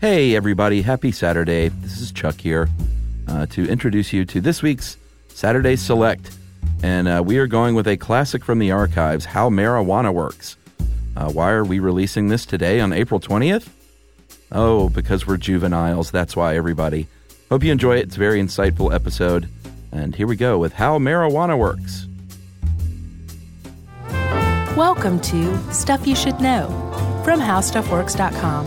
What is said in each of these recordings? Hey, everybody, happy Saturday. This is Chuck here uh, to introduce you to this week's Saturday Select. And uh, we are going with a classic from the archives How Marijuana Works. Uh, why are we releasing this today on April 20th? Oh, because we're juveniles. That's why, everybody. Hope you enjoy it. It's a very insightful episode. And here we go with How Marijuana Works. Welcome to Stuff You Should Know from HowStuffWorks.com.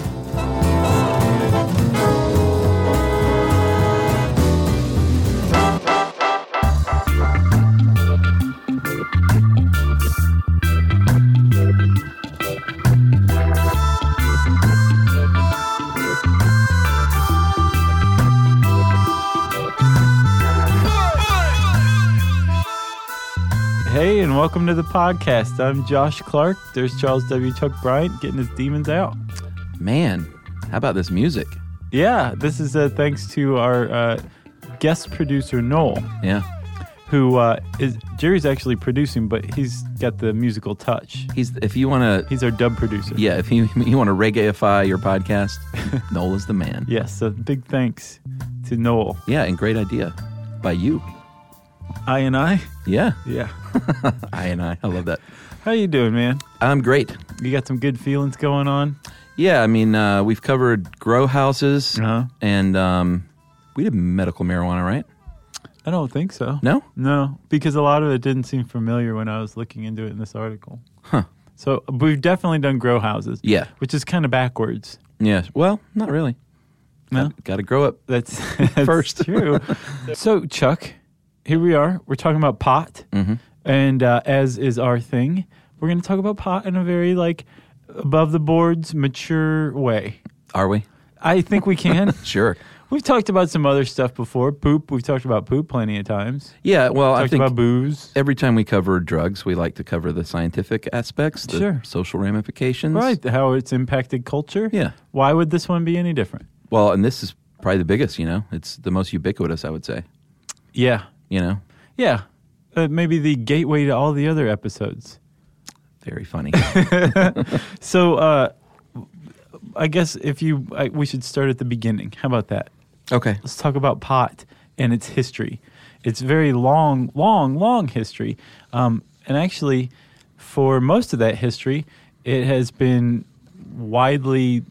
Hey, and welcome to the podcast. I'm Josh Clark. There's Charles W. Chuck Bryant getting his demons out. Man, how about this music? Yeah, this is uh, thanks to our uh, guest producer, Noel, Yeah. who uh, is Jerry's actually producing, but he's got the musical touch. He's if you want to He's our dub producer. yeah, if you you want to reggaeify your podcast, Noel is the man. Yes, so big thanks to Noel. Yeah, and great idea by you. I and I? Yeah, Yeah. I and I. I love that. How you doing, man? I'm great. You got some good feelings going on? Yeah, I mean, uh, we've covered grow houses, Uh-huh. and um, we did medical marijuana, right? I don't think so. No, No, because a lot of it didn't seem familiar when I was looking into it in this article. huh? So we've definitely done grow houses. Yeah. Which is kind of backwards. Yeah. Well, not really. No. Got to grow up. That's, that's Uh, First. true. so, Chuck, here we are. We're talking about pot. Mm-hmm. And uh, as is our thing, we're going to talk about pot in a very like above the boards, mature way. Are we? I think we can. Sure. We've talked about some other stuff before. Poop. We've talked about poop plenty of times. Yeah. Well, I Talked think about booze. every time we cover drugs, we like to cover the scientific aspects, the Sure. social ramifications, Right. How it's impacted culture. Yeah. Why would this one be any different? Well, and this is probably the biggest, you know. It's the most ubiquitous, I would say. Yeah. You know, Yeah. Uh, maybe the gateway to all the other episodes. very funny. So, uh, I guess if you, I, we should start at the beginning. How about that? okay. Let's talk about pot and its history. It's very long, long, long history. Um, and actually, for most of that history, it has been widely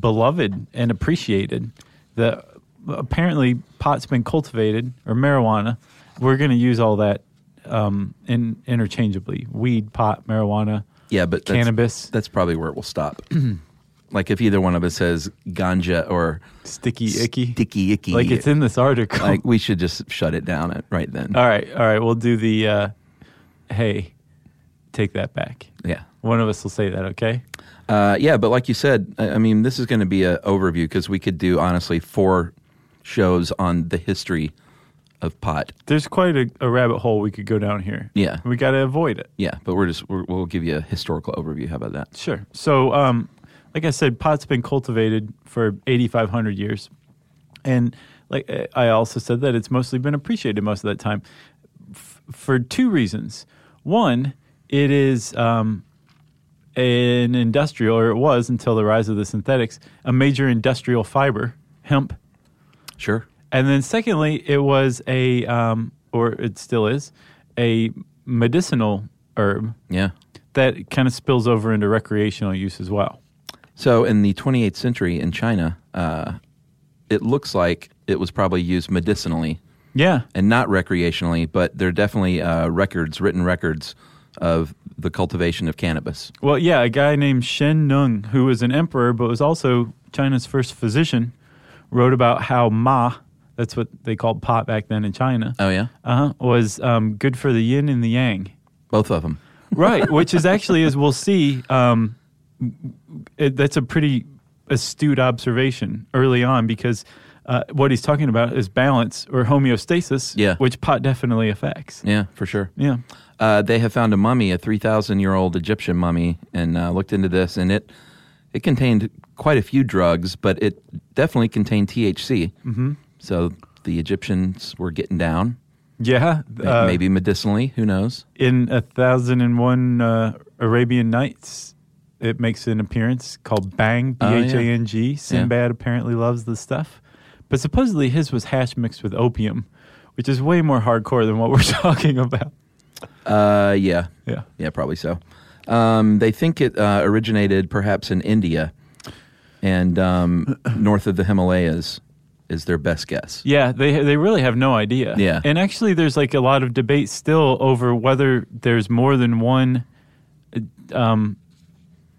beloved and appreciated. The apparently pot's been cultivated or marijuana. We're going to use all that um, in, interchangeably: weed, pot, marijuana. Yeah, but that's, Cannabis. That's probably where it will stop. like if either one of us says ganja or Sticky icky. sticky icky, Like it's in this article. like we should just shut it down at, right then. all right, all right. We'll do the uh, hey, take that back. yeah. One of us will say that, okay? Uh, yeah, but like you said, I, I mean, this is going to be an overview because we could do honestly four shows on the history of pot. There's quite a, a rabbit hole we could go down here. Yeah. We got to avoid it. Yeah, but we're just we're, we'll give you a historical overview. How about that? Sure. So, um, like I said, pot's been cultivated for 8,500 years. And like uh, I also said that it's mostly been appreciated most of that time f- for two reasons. One, it is um, an industrial, or it was until the rise of the synthetics, a major industrial fiber, hemp. Sure. And then secondly, it was a, um, or it still is, a medicinal herb Yeah. that kind of spills over into recreational use as well. So in the 28th century in China, uh, it looks like it was probably used medicinally Yeah. and not recreationally, but there are definitely uh, records, written records of the cultivation of cannabis. Well, yeah, a guy named Shen Nung, who was an emperor but was also China's first physician, wrote about how ma, that's what they called pot back then in China, Oh yeah, uh-huh, was um, good for the yin and the yang. both of them. right which is actually as we'll see um, it, that's a pretty astute observation early on because uh, what he's talking about is balance or homeostasis Yeah. which pot definitely affects Yeah, for sure. yeah Uh, they have found a mummy, a 3,000 year old Egyptian mummy, and uh, looked into this, and it it contained quite a few drugs, but it definitely contained THC. Mm-hmm. So the Egyptians were getting down, yeah ma- uh, maybe medicinally. Who knows? in a thousand and one uh, arabian nights it makes an appearance called Bang, B Oh, yeah. H A N G. Sinbad apparently loves this stuff. But supposedly his was hash mixed with opium, which is way more hardcore than what we're talking about. Uh, yeah, Yeah. yeah, probably so. Um, they think it uh, originated perhaps in India and um, north of the Himalayas is their best guess. Yeah, they they really have no idea. Yeah. and actually, there's like a lot of debate still over whether there's more than one uh, um,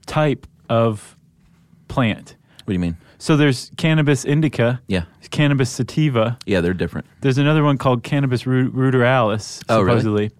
type of plant. What do you mean? So there's cannabis indica, Yeah, cannabis sativa. yeah, they're different. There's another one called cannabis ru- ruderalis, Oh, really? supposedly.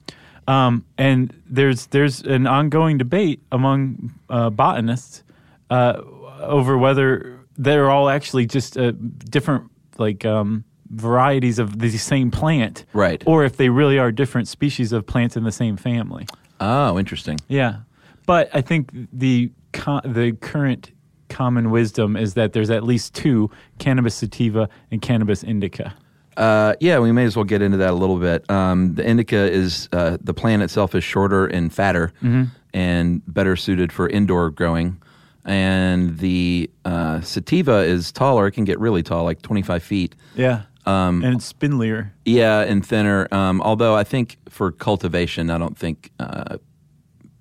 Um, and there's there's an ongoing debate among uh, botanists uh, over whether they're all actually just uh, different like um, varieties of the same plant, Right. Or if they really are different species of plants in the same family. Oh, interesting. Yeah, but I think the co the current common wisdom is that there's at least two cannabis sativa and cannabis indica. Uh, yeah, we may as well get into that a little bit. Um, the indica is uh, the plant itself is shorter and fatter Mm-hmm. and better suited for indoor growing. And the uh, sativa is taller; it can get really tall, like twenty-five feet. Yeah. Um, and it's spindlier. Yeah, and thinner. Um, although I think for cultivation, I don't think, uh,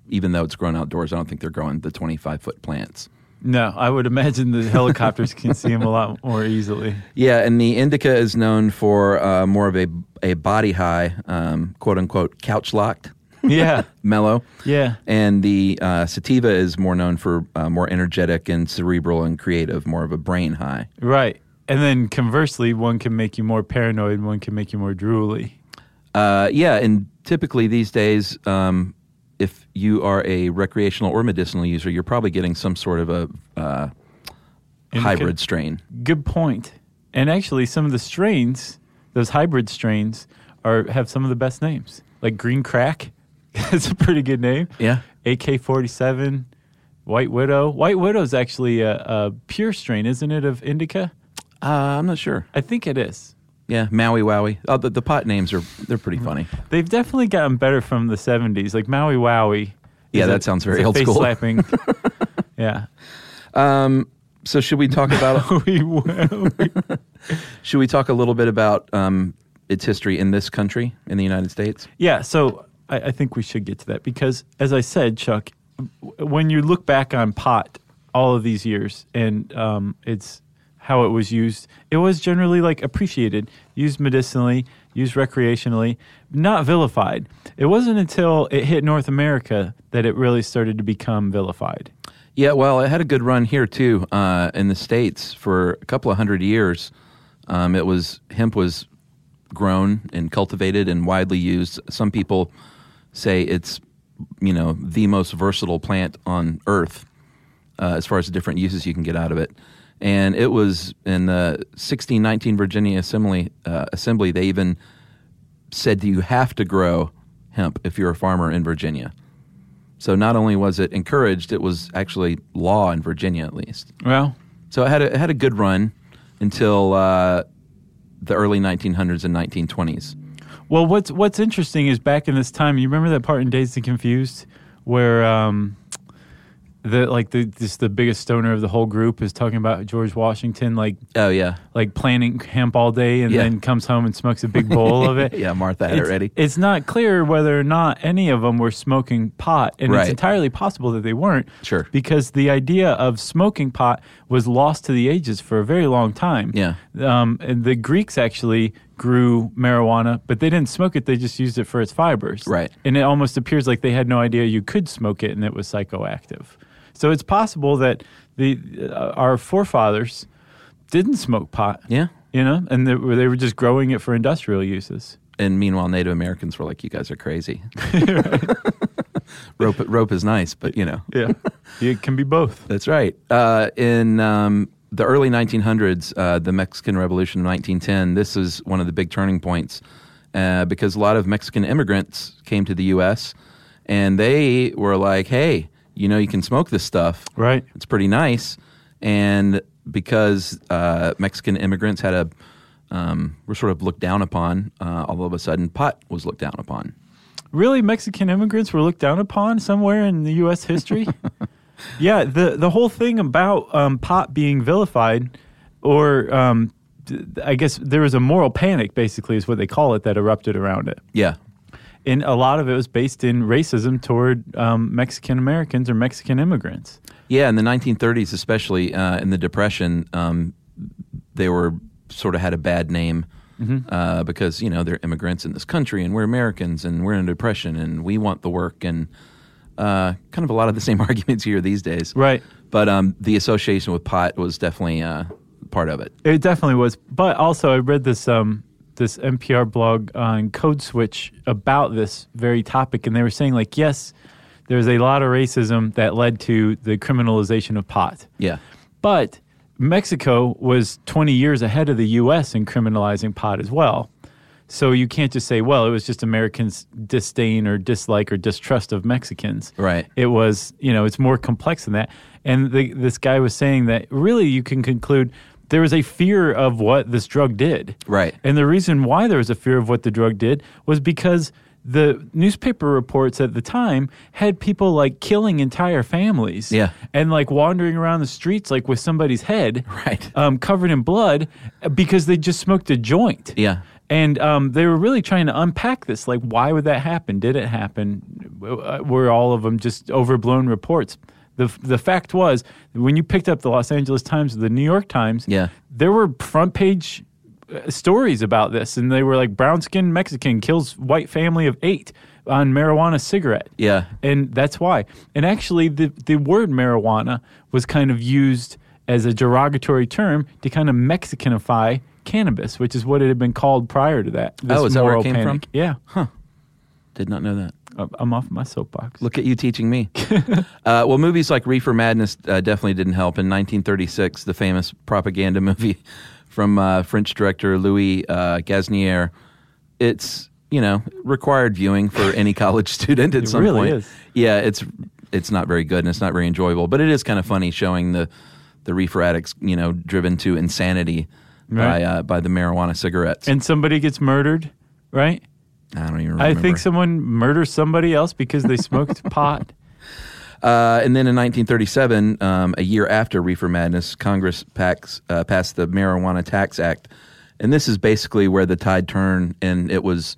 even though it's grown outdoors, I don't think they're growing the twenty-five foot plants. No, I would imagine the helicopters can see him a lot more easily. Yeah, and the indica is known for uh, more of a a body high, um, quote unquote, couch locked, Yeah. mellow. Yeah. And the uh, sativa is more known for uh, more energetic and cerebral and creative, more of a brain high. Right. And then conversely, one can make you more paranoid, one can make you more drooly. Uh, yeah, and typically these days, um, if you are a recreational or medicinal user, you're probably getting some sort of a uh, Indica. hybrid strain. Good point. And actually, some of the strains, those hybrid strains, are have some of the best names. Like Green Crack, that's a pretty good name. Yeah. AK 47, White Widow. White Widow's actually a, a pure strain, isn't it, of indica? Uh, I'm not sure. I think it is. Yeah, Maui Wowie. Oh, the, the pot names are they're pretty funny. They've definitely gotten better from the 70s, like Maui Wowie. Yeah, is that sounds very is a old face school. Slapping. yeah. So should we talk about We will. Should we talk a little bit about um, its history in this country, in the United States? yeah, so I, I think we should get to that because, as I said, Chuck, w- when you look back on pot all of these years and um, it's how it was used, it was generally like appreciated, used medicinally, used recreationally, not vilified. It wasn't until it hit North America that it really started to become vilified. Yeah, well, it had a good run here too uh, in the states for a couple of hundred years. Um, it was hemp was grown and cultivated and widely used. Some people say it's you know the most versatile plant on earth uh, as far as the different uses you can get out of it. And it was in the 1619 Virginia Assembly. Uh, assembly, they even said that you have to grow hemp if you're a farmer in Virginia. So not only was it encouraged, it was actually law in Virginia at least. Well, So it had a, it had a good run until uh, the early 1900s and 1920s. Well, what's what's interesting is back in this time, you remember that part in Dazed and Confused where um, the like the just the biggest stoner of the whole group is talking about George Washington like Oh yeah, like planting hemp all day and Yeah. then comes home and smokes a big bowl of it. yeah. Martha had It's, it ready. it's not clear whether or not any of them were smoking pot, and Right. it's entirely possible that they weren't. Sure. Because the idea of smoking pot was lost to the ages for a very long time. Yeah. Um, and the Greeks actually grew marijuana, but they didn't smoke it; they just used it for its fibers. Right. And it almost appears like they had no idea you could smoke it, and it was psychoactive. So it's possible that the uh, our forefathers didn't smoke pot. Yeah. You know, and they were, they were just growing it for industrial uses. And meanwhile, Native Americans were like, "You guys are crazy." rope rope is nice, but you know. Yeah. it can be both. That's right. Uh, in um, the early 1900s, uh, the Mexican Revolution of 1910, this is one of the big turning points uh, because a lot of Mexican immigrants came to the U.S. and they were like, hey, you know, you can smoke this stuff. Right. It's pretty nice. And because uh, Mexican immigrants had a um, were sort of looked down upon, uh, all of a sudden pot was looked down upon. Really, Mexican immigrants were looked down upon somewhere in the U.S. history? yeah, the the whole thing about um, pot being vilified, or um, d- I guess there was a moral panic, basically, is what they call it, that erupted around it. Yeah. And a lot of it was based in racism toward um, Mexican Americans or Mexican immigrants. Yeah, in the 1930s, especially uh, in the Depression, um, they were sort of had a bad name uh, because you know they're immigrants in this country, and we're Americans, and we're in a depression, and we want the work, and uh, kind of a lot of the same arguments here these days, Right. But um, the association with pot was definitely uh, part of it. It definitely was. But also, I read this um, this NPR blog on Code Switch about this very topic, and they were saying like, yes, there's a lot of racism that led to the criminalization of pot, Yeah, but Mexico was 20 years ahead of the U.S. in criminalizing pot as well. So you can't just say, well, it was just Americans' disdain or dislike or distrust of Mexicans right. it was you know it's more complex than that and the, this guy was saying that really you can conclude there was a fear of what this drug did Right. and the reason why there was a fear of what the drug did was because the newspaper reports at the time had people like killing entire families Yeah. and like wandering around the streets like with somebody's head Right. um, covered in blood uh, because they just smoked a joint Yeah. and um, they were really trying to unpack this. Like, why would that happen? Did it happen? W- uh, Were all of them just overblown reports? The, f- the fact was, when you picked up the Los Angeles Times, the New York Times, Yeah. there were front page uh, stories about this. And they were like, brown skinned Mexican kills white family of eight on marijuana cigarette. Yeah. And that's why. And actually, the, the word marijuana was kind of used as a derogatory term to kind of Mexicanify cannabis, which is what it had been called prior to that. This Oh, is that where it moral came from? panic. Yeah. Did not know that. I'm- I'm off my soapbox. Look at you teaching me. uh, well, movies like Reefer Madness uh, definitely didn't help. In 1936, the famous propaganda movie from uh, French director Louis uh, Gasnier, it's you know required viewing for any college student at It some really point. is. Yeah, it's it's not very good and it's not very enjoyable, but it is kind of funny showing the the reefer addicts you know driven to insanity by Right. uh, by the marijuana cigarettes. And somebody gets murdered, right? I don't even. I Remember. think someone murders somebody else because they smoked pot. Uh, and then in 1937, um, a year after Reefer Madness, Congress packs, uh, passed the Marijuana Tax Act. And this is basically where the tide turned and it was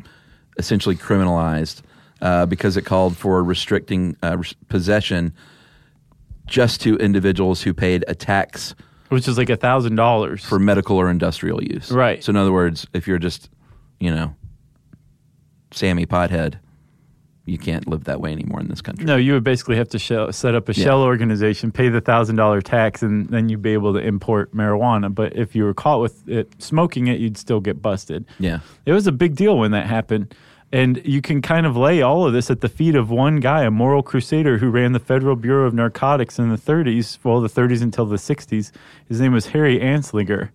essentially criminalized uh, because it called for restricting uh, res- possession just to individuals who paid a tax Which is like a thousand dollars. for medical or industrial use. Right. So, in other words, if you're just, you know, Sammy Pothead, you can't live that way anymore in this country. No, you would basically have to shell, set up a Yeah. shell organization, pay the thousand dollar tax, and then you'd be able to import marijuana. But if you were caught with it smoking it, you'd still get busted. Yeah. It was a big deal when that happened. And you can kind of lay all of this at the feet of one guy, a moral crusader who ran the Federal Bureau of Narcotics in the 30s, well, the 30s until the 60s. His name was Harry Anslinger.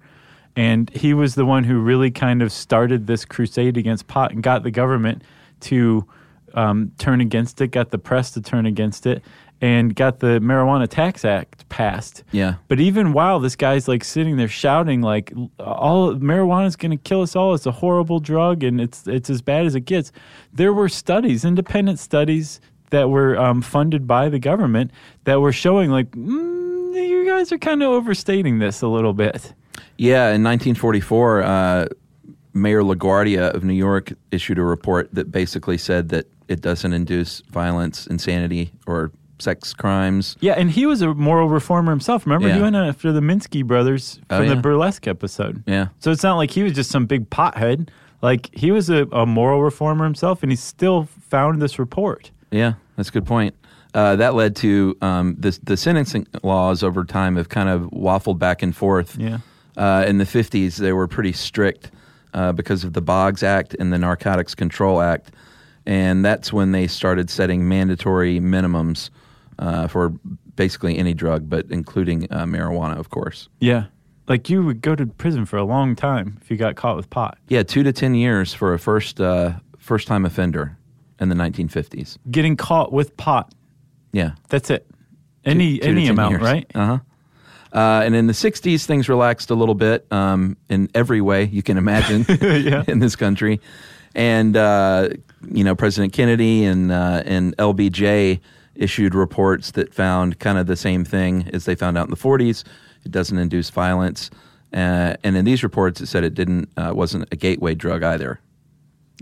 And he was the one who really kind of started this crusade against pot and got the government to um, turn against it, got the press to turn against it, and got the Marijuana Tax Act passed. Yeah. But even while this guy's like sitting there shouting, like all marijuana's going to kill us all. It's a horrible drug, and it's it's as bad as it gets. There were studies, independent studies that were um, funded by the government that were showing like mm, you guys are kind of overstating this a little bit. Yeah, in 1944, uh, Mayor LaGuardia of New York issued a report that basically said that it doesn't induce violence, insanity, or sex crimes. Yeah, and he was a moral reformer himself. Remember, Yeah. he went after the Minsky brothers Oh, from yeah. the burlesque episode. Yeah. So it's not like he was just some big pothead. Like he was a, a moral reformer himself, and he still found this report. Yeah, that's a good point. Uh, that led to um, the, the sentencing laws over time have kind of waffled back and forth. Yeah. Uh, in the 50s, they were pretty strict uh, because of the Boggs Act and the Narcotics Control Act. And that's when they started setting mandatory minimums uh, for basically any drug, but including uh, marijuana, of course. Yeah. Like you would go to prison for a long time if you got caught with pot. Yeah, two to 10 years for a first, uh, first time offender in the 1950s. Getting caught with pot. Yeah. That's it. Any two to any 10 amount, years. right? Uh-huh. Uh, and in the 60s, things relaxed a little bit um, in every way you can imagine Yeah. in this country. And, uh, you know, President Kennedy and, uh, and LBJ issued reports that found kind of the same thing as they found out in the 40s. It doesn't induce violence, uh, and in these reports, it said it didn't uh, wasn't a gateway drug either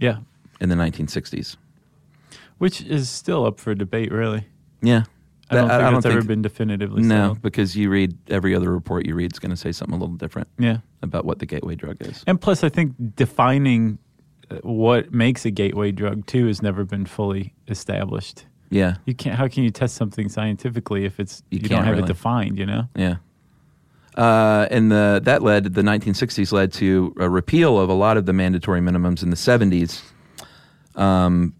Yeah. in the 1960s. Which is still up for debate, really. Yeah, I don't That- think it's ever been definitively no, settled. because you read every other report you read is going to say something a little different Yeah. about what the gateway drug is. And plus, I think defining uh, what makes a gateway drug, too, has never been fully established. Yeah, You can't. How can you test something scientifically if it's You you, don't can't have really. it defined? You know. Yeah. Uh, and the that led the 1960s led to a repeal of a lot of the mandatory minimums in the 70s. Um,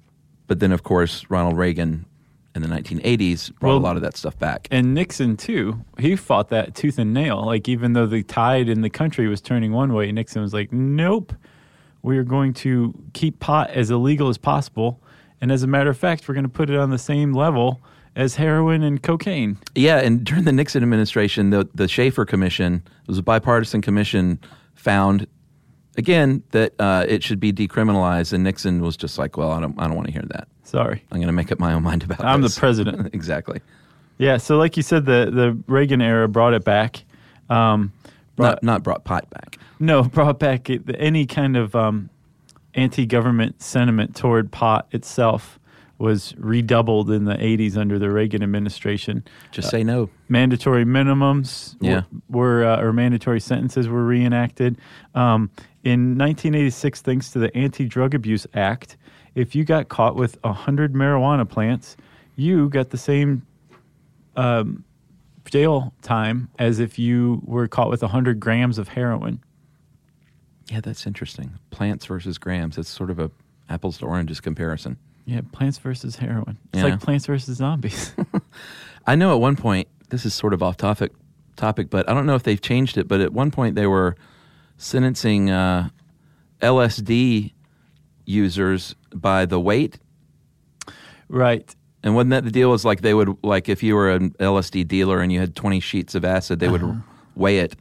but then, of course, Ronald Reagan in the 1980s brought Well- a lot of that stuff back. And Nixon too. He fought that tooth and nail. Like even though the tide in the country was turning one way, Nixon was like, "Nope, we are going to keep pot as illegal as possible." And as a matter of fact, we're going to put it on the same level as heroin and cocaine. Yeah, and during the Nixon administration, the the Schaefer Commission it was a bipartisan commission found again that uh, it should be decriminalized, and Nixon was just like, "Well, I don't, I don't want to hear that. Sorry, I'm going to make up my own mind about I'm the this." president. exactly. Yeah. So like you said, the the Reagan era brought it back. Um, Not brought- not brought pot back. No, brought back it- any kind of um, anti-government sentiment toward pot itself was redoubled in the 80s under the Reagan administration. Just say no. Mandatory minimums Yeah. were, were, uh, or mandatory sentences were reenacted. Um, in 1986, thanks to the Anti-Drug Abuse Act, if you got caught with 100 marijuana plants, you got the same um, jail time as if you were caught with 100 grams of heroin. Yeah, that's interesting. Plants versus grams. That's sort of a apples to oranges comparison. Yeah, Plants versus Heroin. It's Yeah. like Plants versus Zombies. I know at one point this is sort of off topic topic, but I don't know if they've changed it. But at one point they were sentencing uh, LSD users by the weight, right. and wasn't that the deal? Was like they would like if you were an LSD dealer and you had twenty sheets of acid, they Uh-huh. would weigh it,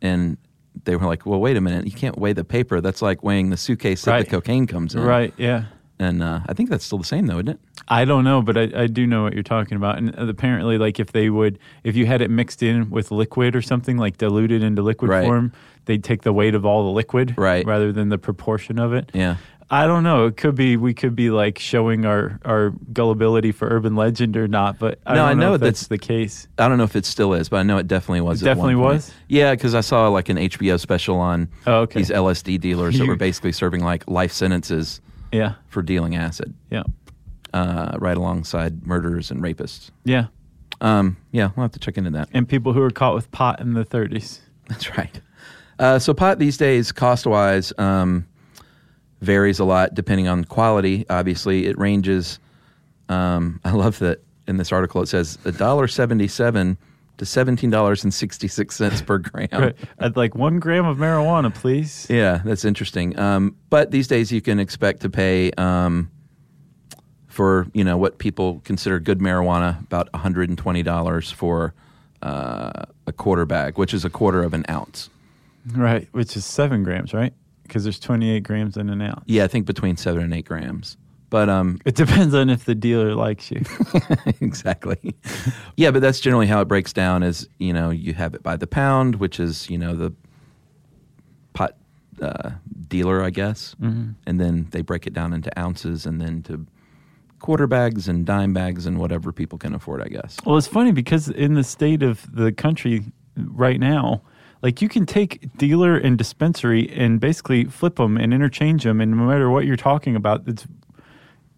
and they were like, "Well, wait a minute, you can't weigh the paper. That's like weighing the suitcase that Right. the cocaine comes in." Right. Yeah. And uh, I think that's still the same, though, isn't it? I don't know, but I, I do know what you're talking about. And uh, apparently, like if they would, if you had it mixed in with liquid or something, like diluted into liquid Right. form, they'd take the weight of all the liquid Right. rather than the proportion of it. Yeah. I don't know. It could be we could be like showing our our gullibility for urban legend or not, but I No, don't I know know if that's, that's- the case. I don't know if it still is, but I know it definitely was. It at one definitely point. was? Yeah, because I saw like an HBO special on Oh, okay. these LSD dealers that You- were basically serving like life sentences Yeah. for dealing acid, Yeah. uh, right alongside murderers and rapists. Yeah. Um, yeah, we'll have to check into that. And people who were caught with pot in the 30s. That's right. Uh, so pot these days, cost wise, um, varies a lot depending on quality. Obviously, it ranges. Um, I love that in this article it says $1.77 to $17.66 per gram. Right. I'd like one gram of marijuana, please. Um, Yeah, that's interesting. Um, but these days, you can expect to pay um, for you know what people consider good marijuana about one hundred and twenty dollars for uh, a quarter bag, which is a quarter of an ounce. Right, which is seven grams, right? Because there's 28 grams in an ounce. Yeah, I think between seven and eight grams. But um, It depends on if the dealer likes you. exactly. yeah, but that's generally how it breaks down. Is you know you have it by the pound, which is you know the pot uh, dealer, I guess, Mm-hmm. and then they break it down into ounces and then to quarter bags and dime bags and whatever people can afford, I guess. well, it's funny because in the state of the country right now, like you can take dealer and dispensary and basically flip them and interchange them, and no matter what you're talking about, it's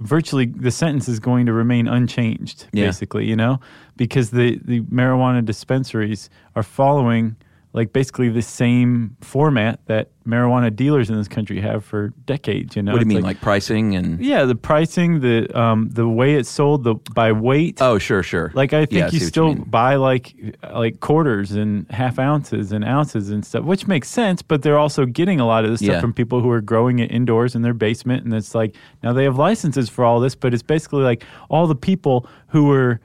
virtually the sentence is going to remain unchanged, Yeah. basically, you know, because the the marijuana dispensaries are following like basically the same format that marijuana dealers in this country have for decades. You know, what do you It's mean, like, pricing and? Yeah, the pricing, the um, the way it's sold, the by weight. Oh, sure, sure. like I Yeah, think you see what still mean. buy like like quarters and half ounces and ounces and stuff, which makes sense. But they're also getting a lot of this stuff Yeah. from people who are growing it indoors in their basement, and it's like now they have licenses for all this, but it's basically like all the people who were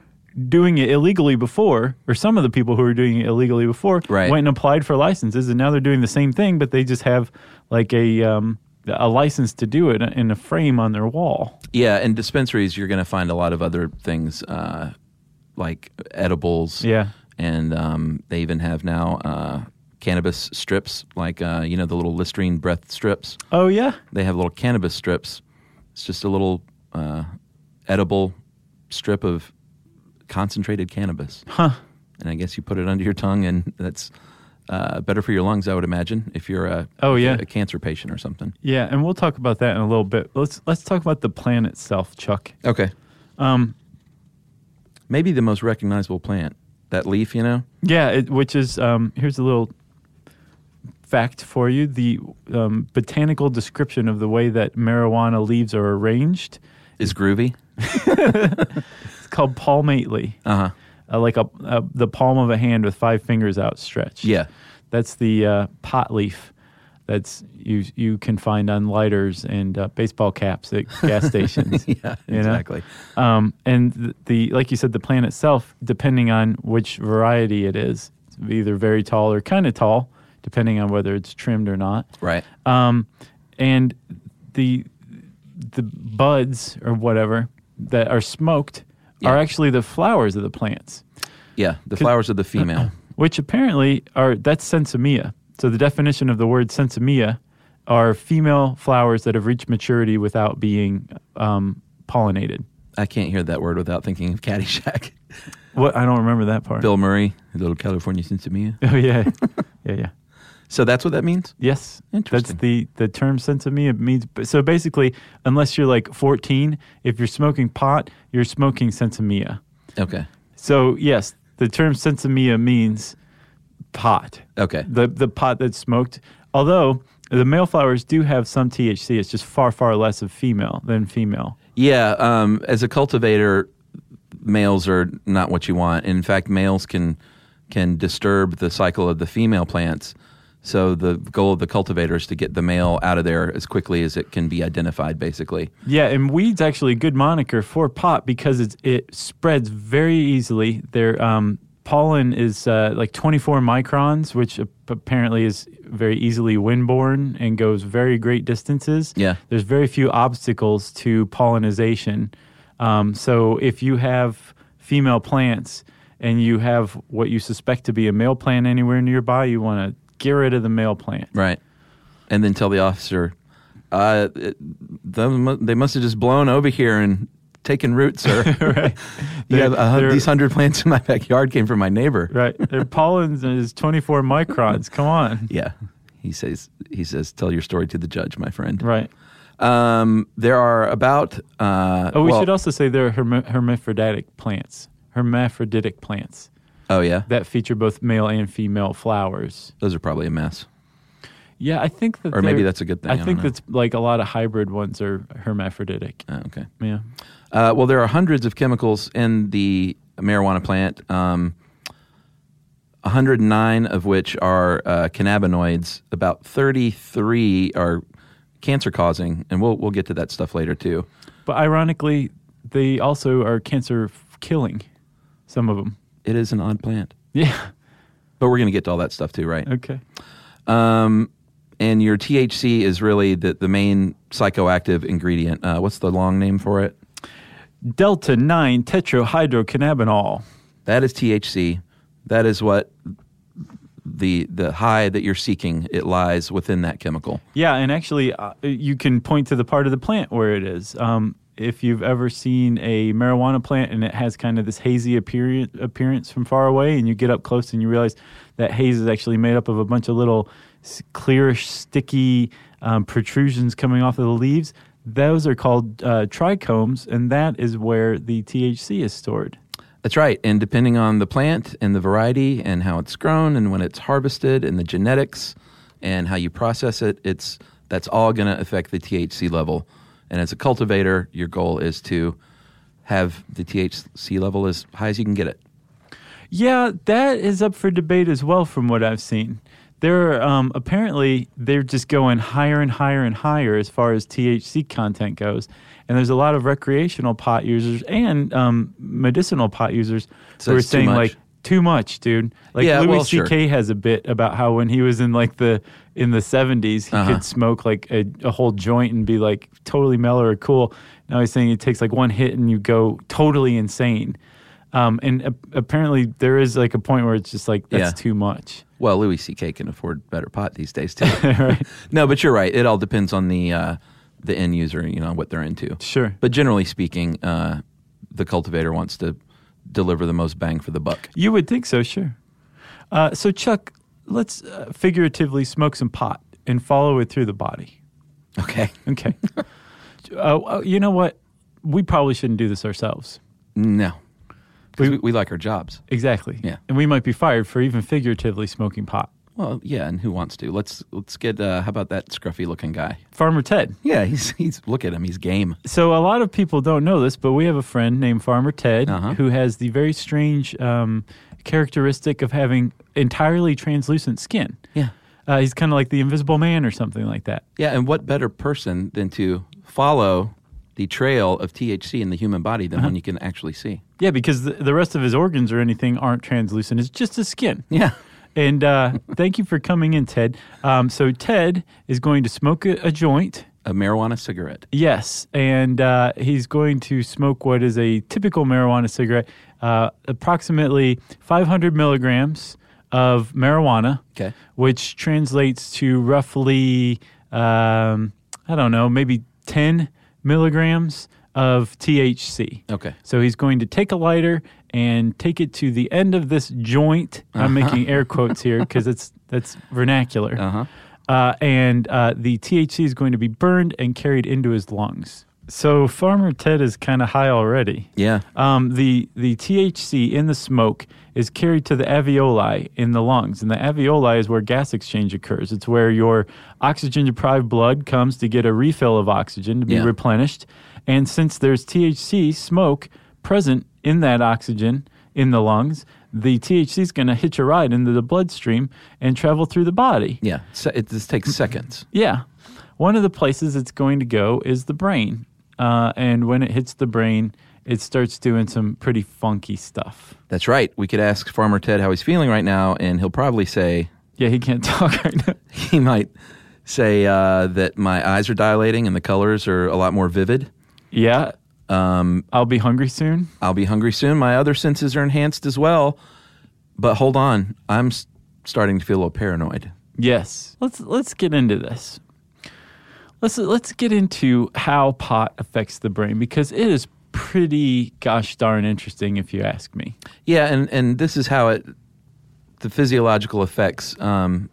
doing it illegally before, or some of the people who were doing it illegally before, Right. went and applied for licenses, and now they're doing the same thing, but they just have like a um, a license to do it in a frame on their wall. Yeah, and dispensaries, you're going to find a lot of other things uh, like edibles. Yeah. And um, they even have now uh, cannabis strips, like, uh, you know, the little Listerine breath strips. Oh yeah, They have little cannabis strips. It's just a little uh, edible strip of concentrated cannabis. huh? And I guess you put it under your tongue, and that's uh, better for your lungs, I would imagine, if you're a, Oh, if you're yeah. a cancer patient or something. Yeah, and we'll talk about that in a little bit. Let's let's talk about the plant itself, Chuck. Okay. Um, Maybe the most recognizable plant, that leaf, you know? Yeah, it, which is um, here's a little fact for you: the um, botanical description of the way that marijuana leaves are arranged. Is groovy. It's called palmately, Uh huh. uh, like a, a the palm of a hand with five fingers outstretched. Yeah. that's the uh, pot leaf. That's you you can find on lighters and uh, baseball caps at gas stations. Yeah, you know? exactly. Um, and th- the like you said, the plant itself, depending on which variety it is, it's either very tall or kind of tall, depending on whether it's trimmed or not. Right. Um, and the the buds or whatever that are smoked are Yeah. actually the flowers of the plants, Yeah. The flowers of the female. which apparently are that's sensimia. So the definition of the word sensimia are female flowers that have reached maturity without being um, pollinated. I can't hear that word without thinking of Caddyshack. What I don't remember that part. Bill Murray, a little California Sensimilla. Oh yeah, yeah, yeah. So that's what that means? Yes, Interesting. That's the the term sense of me. It means so basically, unless you're like 14, if you're smoking pot, you're smoking sensimia. Okay. So yes, the term sensimia means pot. Okay. The the pot that's smoked. Although the male flowers do have some THC, it's just far far less of female than female. Yeah. Um, as a cultivator, males are not what you want. In fact, males can can disturb the cycle of the female plants. So the goal of the cultivator is to get the male out of there as quickly as it can be identified. Basically, Yeah, and weed's actually a good moniker for pot because it's, it spreads very easily. Their um, pollen is uh, like 24 microns, which ap- apparently is very easily windborne and goes very great distances. Yeah. There's very few obstacles to pollinization. Um, so if you have female plants and you have what you suspect to be a male plant anywhere nearby, you want to get rid of the male plant. right? And then tell the officer, uh, it- them mu- they must have just blown over here and taken root, sir. right. yeah, They're- uh, they're- these hundred plants in my backyard came from my neighbor. Right. Their pollen is 24 microns. Come on. Yeah, he says. He says, tell your story to the judge, my friend. Right. Um, there are about. Uh, Oh, we well- should also say they're herma- hermaphroditic plants. Hermaphroditic plants Oh yeah, that feature both male and female flowers. those are probably a mess. Yeah, I think that. Or maybe they're- that's a good thing, I I, don't think know. that's like a lot of hybrid ones are hermaphroditic. Oh, okay. Yeah. Uh, well, there are hundreds of chemicals in the marijuana plant. Um, 109 of which are uh, cannabinoids. About 33 are cancer causing, and we'll we'll get to that stuff later too. But ironically, they also are cancer f- killing, some of them. It is an odd plant, Yeah. but we're going to get to all that stuff too, right? Okay. Um, and your THC is really the the main psychoactive ingredient. Uh, what's the long name for it? Delta 9 tetrahydrocannabinol. That is THC. That is what the the high that you're seeking. It lies within that chemical. Yeah, and actually, uh, you can point to the part of the plant where it is. Um, if you've ever seen a marijuana plant and it has kind of this hazy appearance, appearance from far away, and you get up close and you realize that haze is actually made up of a bunch of little s- clearish, sticky um, protrusions coming off of the leaves, those are called uh, trichomes, and that is where the THC is stored. That's right. And depending on the plant and the variety and how it's grown and when it's harvested and the genetics and how you process it, it's that's all going to affect the THC level. And as a cultivator, your goal is to have the THC level as high as you can get it. Yeah, that is up for debate as well, from what I've seen. They're um, apparently they're just going higher and higher and higher as far as THC content goes, and there's a lot of recreational pot users and um, medicinal pot users So who are it's too saying much. like too much, dude. Like Yeah, Louis well, C.K. has a bit about how when he was in like the in the 70s, he Uh-huh. could smoke like a, a whole joint and be like totally mellow or cool. Now he's saying it takes like one hit and you go totally insane. Um, and a- apparently there is like a point where it's just like that's Yeah. too much. Well, Louis C.K. can afford better pot these days too. No, but you're right. It all depends on the uh, the end user, you know, what they're into. Sure. But generally speaking, uh, the cultivator wants to deliver the most bang for the buck. You would think so, sure. Uh, so Chuck, let's uh, figuratively smoke some pot and follow it through the body. Okay. Okay. uh, uh, you know what? We probably shouldn't do this ourselves. No. 'Cause We, we like our jobs. Exactly. Yeah. And we might be fired for even figuratively smoking pot. Well, yeah, and who wants to? Let's let's get uh, how about that scruffy looking guy? Farmer Ted. Yeah, he's he's look at him, he's game. So a lot of people don't know this, but we have a friend named Farmer Ted Uh-huh. who has the very strange um, characteristic of having entirely translucent skin. Yeah. Uh, he's kind of like the Invisible Man or something like that. Yeah, and what better person than to follow the trail of THC in the human body than one you can actually see? Yeah, because the, the rest of his organs or anything aren't translucent. It's just his skin. Yeah. And uh, thank you for coming in, Ted. Um, so Ted is going to smoke a, a joint. A marijuana cigarette. Yes, and uh, he's going to smoke what is a typical marijuana cigarette, uh, approximately 500 milligrams of marijuana, Okay. which translates to roughly, um, I don't know, maybe 10 milligrams of THC. Okay. So he's going to take a lighter and take it to the end of this joint. I'm making air quotes here because it's that's vernacular. Uh-huh. and uh, the THC is going to be burned and carried into his lungs. So Farmer Ted is kind of high already. Yeah. Um, the the THC in the smoke is carried to the alveoli in the lungs, and the alveoli is where gas exchange occurs. It's where your oxygen deprived blood comes to get a refill of oxygen to be Yeah. replenished. And since there's THC smoke present in that oxygen in the lungs, the THC is going to hitch a ride into the bloodstream and travel through the body. Yeah. So it just takes seconds. Yeah. One of the places it's going to go is the brain. Uh, and when it hits the brain, it starts doing some pretty funky stuff. That's right. We could ask Farmer Ted how he's feeling right now, and he'll probably say, Yeah, he can't talk right now. he might say uh, that my eyes are dilating and the colors are a lot more vivid. Yeah. Um, I'll be hungry soon. I'll be hungry soon. My other senses are enhanced as well. But hold on, I'm s- starting to feel a little paranoid. Yes. Let's let's get into this. Let's let's get into how pot affects the brain because it is pretty gosh darn interesting if you ask me. Yeah, and, and this is how it, the physiological effects, um,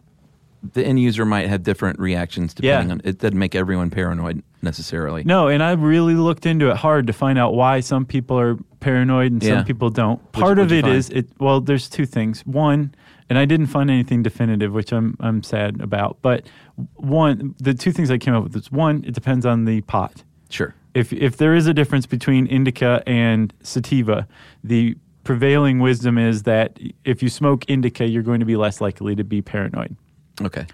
the end user might have different reactions depending Yeah. on, it doesn't make everyone paranoid necessarily. No, and I really looked into it hard to find out why some people are paranoid and Yeah. some people don't. Part of what'd you it find? is it. Well, there's two things. One, and I didn't find anything definitive, which I'm I'm sad about. But one, the two things I came up with is one, it depends on the pot. Sure. If if there is a difference between indica and sativa, the prevailing wisdom is that if you smoke indica, you're going to be less likely to be paranoid. Okay.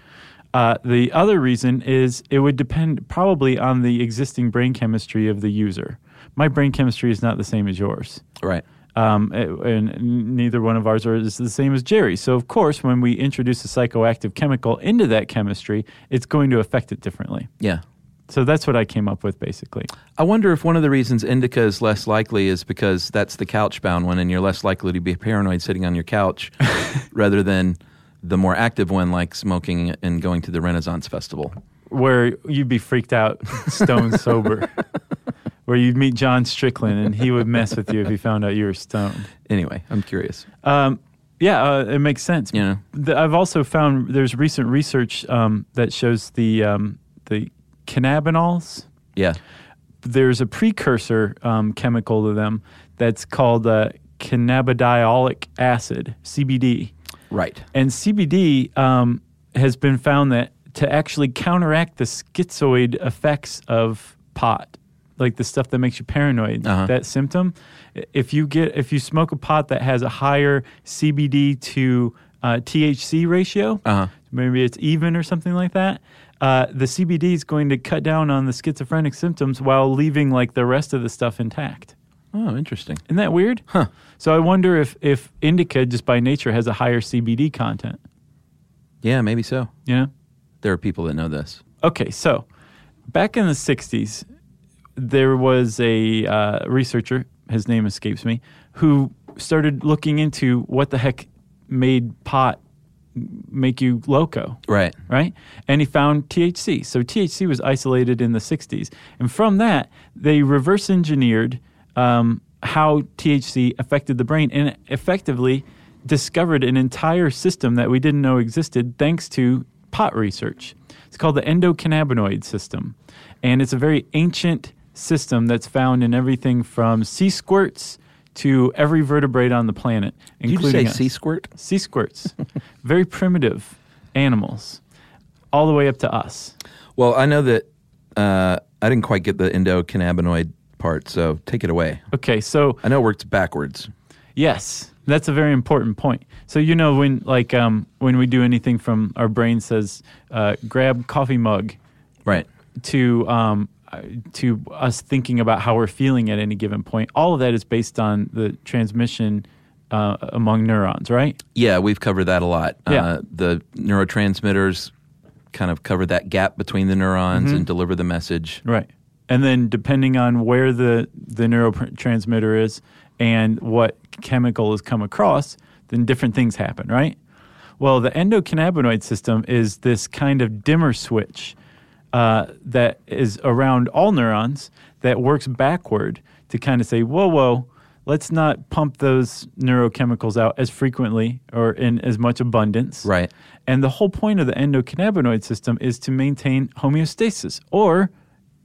Uh, the other reason is it would depend probably on the existing brain chemistry of the user. My brain chemistry is not the same as yours. Right. Um, a- and neither one of ours are, is the same as Jerry's. So, of course, when we introduce a psychoactive chemical into that chemistry, it's going to affect it differently. Yeah. So, that's what I came up with basically. I wonder if one of the reasons indica is less likely is because that's the couch bound one, and you're less likely to be paranoid sitting on your couch rather than the more active one, like smoking and going to the Renaissance Festival. Where you'd be freaked out, stone sober. Where you'd meet John Strickland and he would mess with you if he found out you were stoned. Anyway, I'm curious. Um, yeah, uh, it makes sense. Yeah. The, I've also found there's recent research um, that shows the um, the cannabinoids. Yeah. There's a precursor um, chemical to them that's called uh, cannabidiolic acid (CBD), Right. and CBD um, has been found that to actually counteract the schizoid effects of pot, like the stuff that makes you paranoid, Uh-huh. that symptom. i- If you get if you smoke a pot that has a higher CBD to uh, THC ratio, Uh-huh. maybe it's even or something like that. Uh, the CBD is going to cut down on the schizophrenic symptoms while leaving like the rest of the stuff intact. Oh, interesting. Isn't that weird? Huh. So I wonder if if indica just by nature has a higher CBD content. Yeah, maybe so. You know. There are people that know this. Okay, so back in the 60s, there was a uh, researcher, his name escapes me, who started looking into what the heck made pot make you loco, Right. right? And he found THC. So THC was isolated in the 60s. And from that, they reverse engineered um, how THC affected the brain and effectively discovered an entire system that we didn't know existed thanks to pot research. It's called the endocannabinoid system. And it's a very ancient system that's found in everything from sea squirts to every vertebrate on the planet, Did you just including say us sea squirt? sea squirts, very primitive animals, all the way up to us. Well, I know that uh, I didn't quite get the endocannabinoid part, so take it away. Okay, so I know it worked backwards. yes, that's a very important point. So you know when like um, when we do anything from our brain says uh, grab coffee mug Right. to um, uh, to us thinking about how we're feeling at any given point. All of that is based on the transmission uh, among neurons, right? Yeah, we've covered that a lot. Yeah. Uh, the neurotransmitters kind of cover that gap between the neurons Mm-hmm. and deliver the message. Right. And then depending on where the, the neurotransmitter is and what chemical has come across, then different things happen, right? Well, the endocannabinoid system is this kind of dimmer switch uh, that is around all neurons that works backward to kind of say, whoa, whoa, let's not pump those neurochemicals out as frequently or in as much abundance. Right. And the whole point of the endocannabinoid system is to maintain homeostasis, or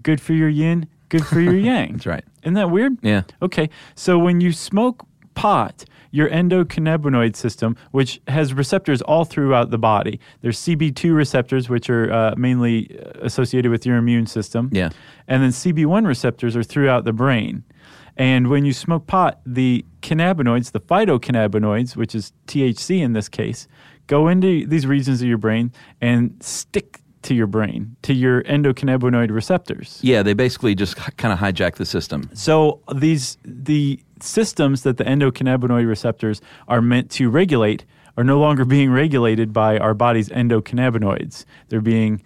good for your yin, good for your yang. That's right. Isn't that weird? Yeah. Okay. So when you smoke pot, your endocannabinoid system, which has receptors all throughout the body, there's CB2 receptors, which are uh, mainly uh, associated with your immune system. Yeah. And then CB1 receptors are throughout the brain. And when you smoke pot, the cannabinoids, the phytocannabinoids, which is THC in this case, go into these regions of your brain and stick to your brain, to your endocannabinoid receptors. Yeah, they basically just kind of hijack the system. So these the systems that the endocannabinoid receptors are meant to regulate are no longer being regulated by our body's endocannabinoids. They're being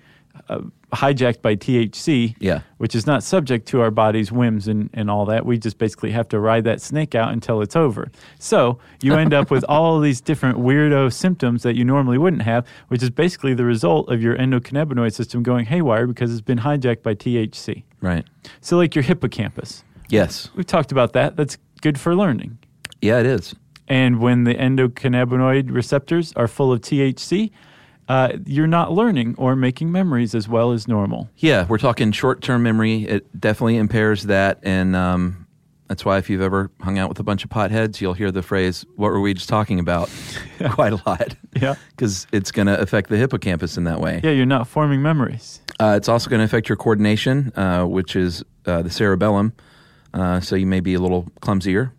uh, hijacked by THC, Yeah. which is not subject to our body's whims and, and all that. We just basically have to ride that snake out until it's over. So you end up with all these different weirdo symptoms that you normally wouldn't have, which is basically the result of your endocannabinoid system going haywire because it's been hijacked by THC. Right. So, like your hippocampus, Yes. we've talked about that. That's good for learning. Yeah, it is. And when the endocannabinoid receptors are full of THC, uh, you're not learning or making memories as well as normal. Yeah, we're talking short term memory. It definitely impairs that. And um, that's why if you've ever hung out with a bunch of potheads, you'll hear the phrase, What were we just talking about? quite a lot. Yeah. Because it's going to affect the hippocampus in that way. Yeah, you're not forming memories. Uh, it's also going to affect your coordination, uh, which is uh, the cerebellum. Uh, so you may be a little clumsier.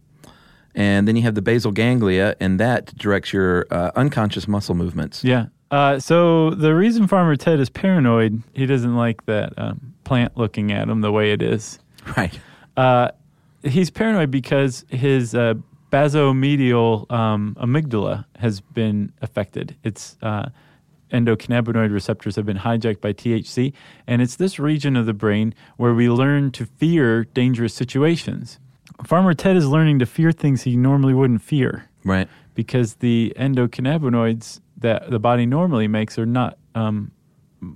And then you have the basal ganglia, and that directs your uh, unconscious muscle movements. Yeah. Uh, so the reason Farmer Ted is paranoid, he doesn't like that um, plant looking at him the way it is. Right. Uh, he's paranoid because his uh, basomedial um, amygdala has been affected. Its uh, endocannabinoid receptors have been hijacked by THC, and it's this region of the brain where we learn to fear dangerous situations. Farmer Ted is learning to fear things he normally wouldn't fear Right. because the endocannabinoids that the body normally makes are not um,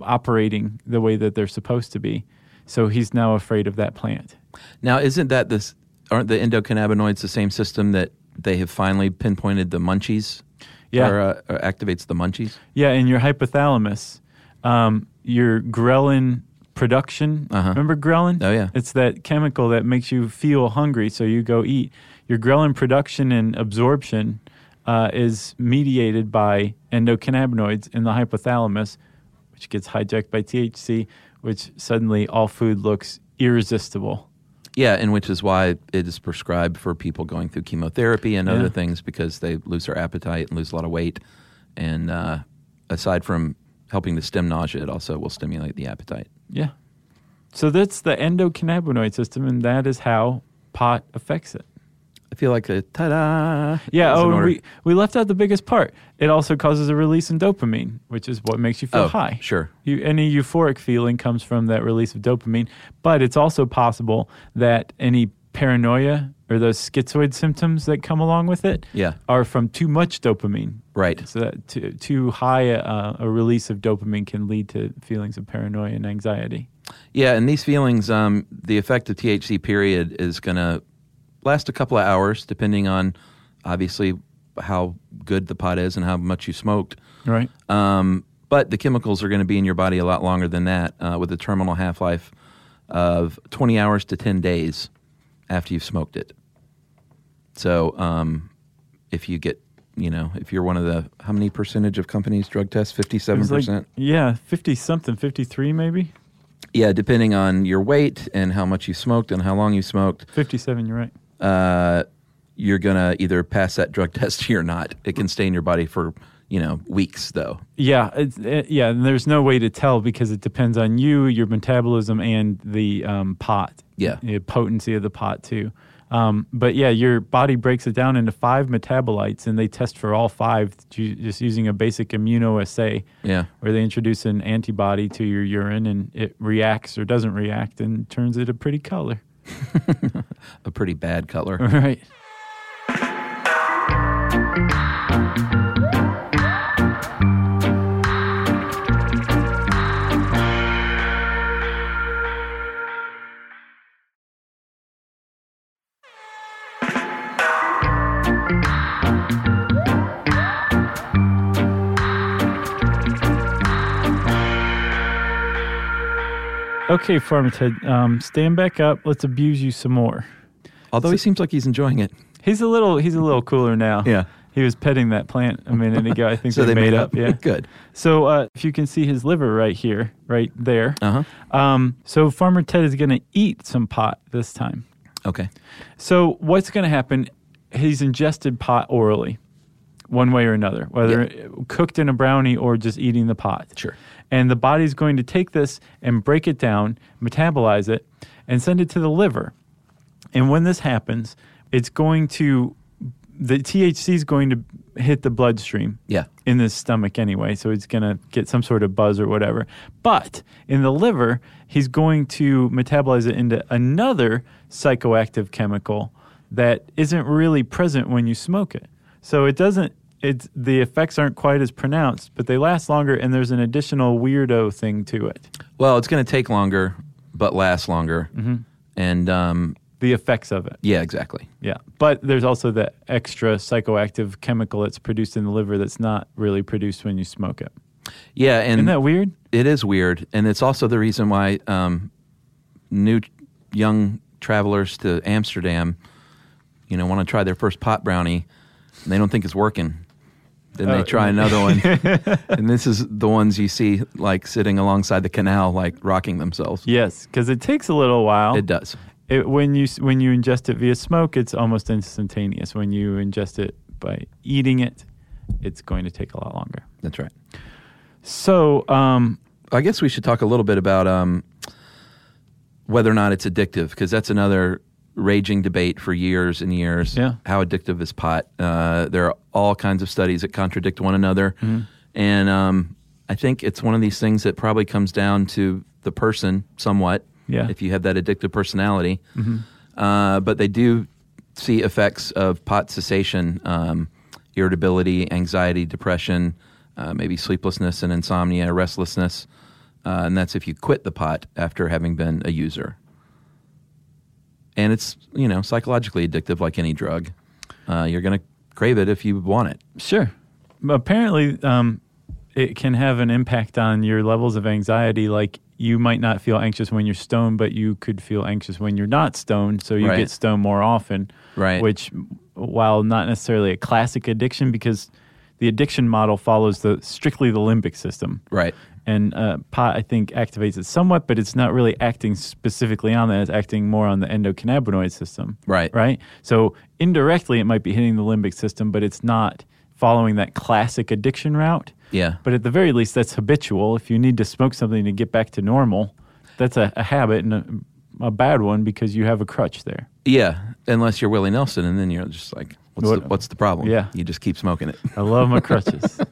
operating the way that they're supposed to be. So he's now afraid of that plant. Now, isn't that this? Aren't the endocannabinoids the same system that they have finally pinpointed the munchies? Yeah. Or, uh, or activates the munchies? Yeah, in your hypothalamus, um, your ghrelin production. Uh-huh. Remember ghrelin? Oh, yeah. It's that chemical that makes you feel hungry, so you go eat. Your ghrelin production and absorption uh, is mediated by endocannabinoids in the hypothalamus, which gets hijacked by THC, which suddenly all food looks irresistible. Yeah, and which is why it is prescribed for people going through chemotherapy and Yeah. other things because they lose their appetite and lose a lot of weight. And uh, aside from helping to stem nausea, it also will stimulate the appetite. Yeah. So that's the endocannabinoid system, and that is how pot affects it. I feel like a ta-da. Yeah. is in Oh, and order. we, we left out the biggest part. It also causes a release in dopamine, which is what makes you feel Oh, high. sure. You, any euphoric feeling comes from that release of dopamine, but it's also possible that any paranoia or those schizoid symptoms that come along with it Yeah. are from too much dopamine. Right. So that too, too high uh, a release of dopamine can lead to feelings of paranoia and anxiety. Yeah, and these feelings, um, the effect of THC period is going to last a couple of hours, depending on obviously how good the pot is and how much you smoked. Right. Um, but the chemicals are going to be in your body a lot longer than that, uh, with a terminal half life of 20 hours to 10 days after you've smoked it. So um, if you get, you know, if you're one of the, how many percentage of companies drug test? 57%? It's like- yeah, 50 something, 53 maybe? yeah, depending on your weight and how much you smoked and how long you smoked, 57, you're right. uh, you're going to either pass that drug test or not. It can stay in your body for, you know, weeks, though. Yeah, it's, it, yeah. And there's no way to tell because it depends on you, your metabolism, and the um, pot. Yeah. the potency of the pot too. Um, but yeah, your body breaks it down into five metabolites, and they test for all five ju- just using a basic immunoassay, Yeah. where they introduce an antibody to your urine, and it reacts or doesn't react, and turns it a pretty color. A pretty bad color. Right. Okay, Farmated, um, stand back up. Let's abuse you some more. Although he seems like he's enjoying it. He's a little he's a little cooler now. Yeah. He was petting that plant a minute ago. I think they, made, up. Yeah. Good. So uh, if you can see his liver right here, right there. Uh huh. Um, so Farmer Ted is going to eat some pot this time. Okay. So what's going to happen? He's ingested pot orally, one way or another, whether cooked in a brownie or just eating the pot. Sure. And the body's going to take this and break it down, metabolize it, and send it to the liver. And when this happens, it's going to the THC is going to hit the bloodstream Yeah. in the stomach anyway, so he's going to get some sort of buzz or whatever. But in the liver, he's going to metabolize it into another psychoactive chemical that isn't really present when you smoke it. So it doesn't it's the effects aren't quite as pronounced, but they last longer and there's an additional weirdo thing to it. Well, it's going to take longer, but last longer. Mm-hmm. And um, The effects of it. yeah, exactly. Yeah. But there's also the extra psychoactive chemical that's produced in the liver that's not really produced when you smoke it. Yeah, and Isn't that weird? it is weird, and it's also the reason why um, new young travelers to Amsterdam, you know, want to try their first pot brownie, and they don't think it's working. Then they Oh. try another one, and this is the ones you see like sitting alongside the canal, like rocking themselves. Yes, because it takes a little while. It does. It, when you s- when you ingest it via smoke, it's almost instantaneous. When you ingest it by eating it, it's going to take a lot longer. That's right. So, um, I guess we should talk a little bit about um, whether or not it's addictive, because that's another raging debate for years and years. Yeah. How addictive is pot? Uh, there are all kinds of studies that contradict one another. And um, I think it's one of these things that probably comes down to the person somewhat, Yeah. Mm-hmm. if you have that addictive personality. Uh, but they do see effects of pot cessation, um, irritability, anxiety, depression, uh, maybe sleeplessness and insomnia, restlessness. Uh, and that's if you quit the pot after having been a user. And it's, you know, psychologically addictive like any drug. Uh, you're going to crave it if you want it. sure. Apparently, um, it can have an impact on your levels of anxiety. Like you might not feel anxious when you're stoned, but you could feel anxious when you're not stoned. So you Right. get stoned more often. Right. Which, while not necessarily a classic addiction, because the addiction model follows the strictly the limbic system. Right. and uh, pot I think activates it somewhat, but it's not really acting specifically on that. It's acting more on the endocannabinoid system, Right. Right. So indirectly, it might be hitting the limbic system, but it's not following that classic addiction route. Yeah. But at the very least, that's habitual. If you need to smoke something to get back to normal, that's a, a habit and a, a bad one because you have a crutch there. Yeah, unless you're Willie Nelson, and then you're just like, what's, What- the, what's the problem? Yeah. You just keep smoking it. I love my crutches. um,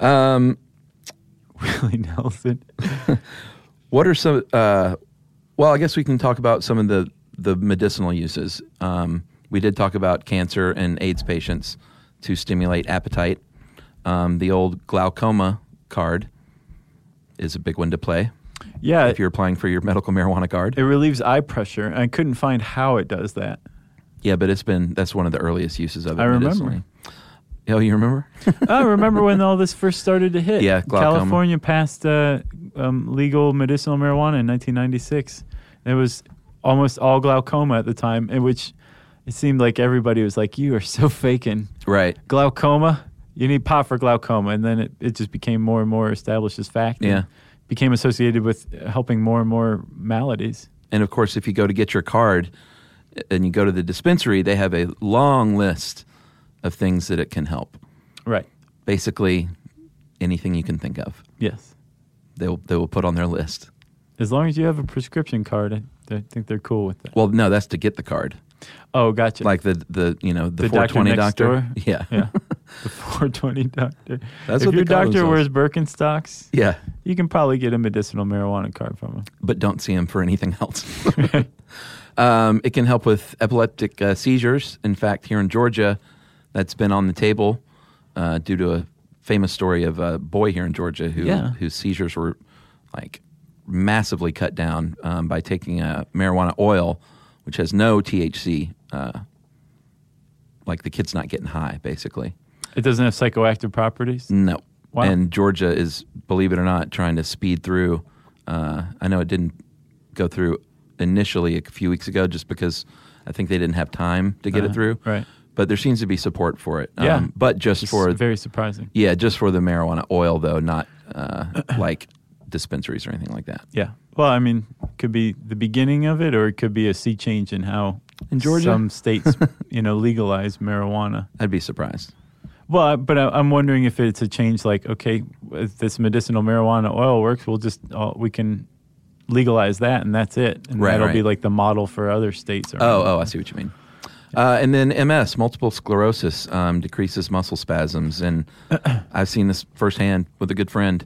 Um, Willie Nelson. What are some? Uh, well, I guess we can talk about some of the the medicinal uses. Um, we did talk about cancer and AIDS patients to stimulate appetite. Um, the old glaucoma card is a big one to play Yeah, if you're applying for your medical marijuana card. it relieves eye pressure. and I couldn't find how it does that. yeah, but it's been that's one of the earliest uses of it. I remember. medicinally. Oh, you remember? I Oh, remember when all this first started to hit. Yeah, glaucoma. California passed uh, um, legal medicinal marijuana in 1996. It was almost all glaucoma at the time, in which it seemed like everybody was like, "You are so faking right. glaucoma. You need pot for glaucoma." And then it, it just became more and more established as fact. and Yeah. became associated with helping more and more maladies. And of course, if you go to get your card uh, and you go to the dispensary, they have a long list of things that it can help. Right. basically anything you can think of. Yes. They will, they will put on their list. As long as you have a prescription card, I, I think they're cool with that. Well, no, that's to get the card. Oh, gotcha. Like the the you know the, The doctor 420 next doctor. door? Yeah. Yeah. The 420 doctor. That's if what they call your doctor themselves. wears Birkenstocks, Yeah. you can probably get a medicinal marijuana card from him. But don't see him for anything else. um, it can help with epileptic uh, seizures. In fact, here in Georgia, that's been on the table uh, due to a famous story of a boy here in Georgia who Yeah. whose seizures were like massively cut down um, by taking a marijuana oil, which has no THC. Uh, like the kid's not getting high, basically. It doesn't have psychoactive properties. No. Wow. And Georgia is, believe it or not, trying to speed through. Uh, I know it didn't go through initially a few weeks ago just because I think they didn't have time to get it Uh-huh. through. Right. But there seems to be support for it. Um, Yeah. but just It's for, very surprising. yeah, just for the marijuana oil, though, not uh, like dispensaries or anything like that. Yeah. Well, I mean, it could be the beginning of it, or it could be a sea change in how In Georgia? some states, you know, legalize marijuana. I'd be surprised. Well, I- but I, I'm wondering if it's a change like, okay, if this medicinal marijuana oil works, we'll just uh, we can legalize that, and that's it, and Right, that'll be right. like the model for other states. around. Oh, oh, I see what you mean. Uh, and then MS, multiple sclerosis, um, decreases muscle spasms, and I've seen this firsthand with a good friend.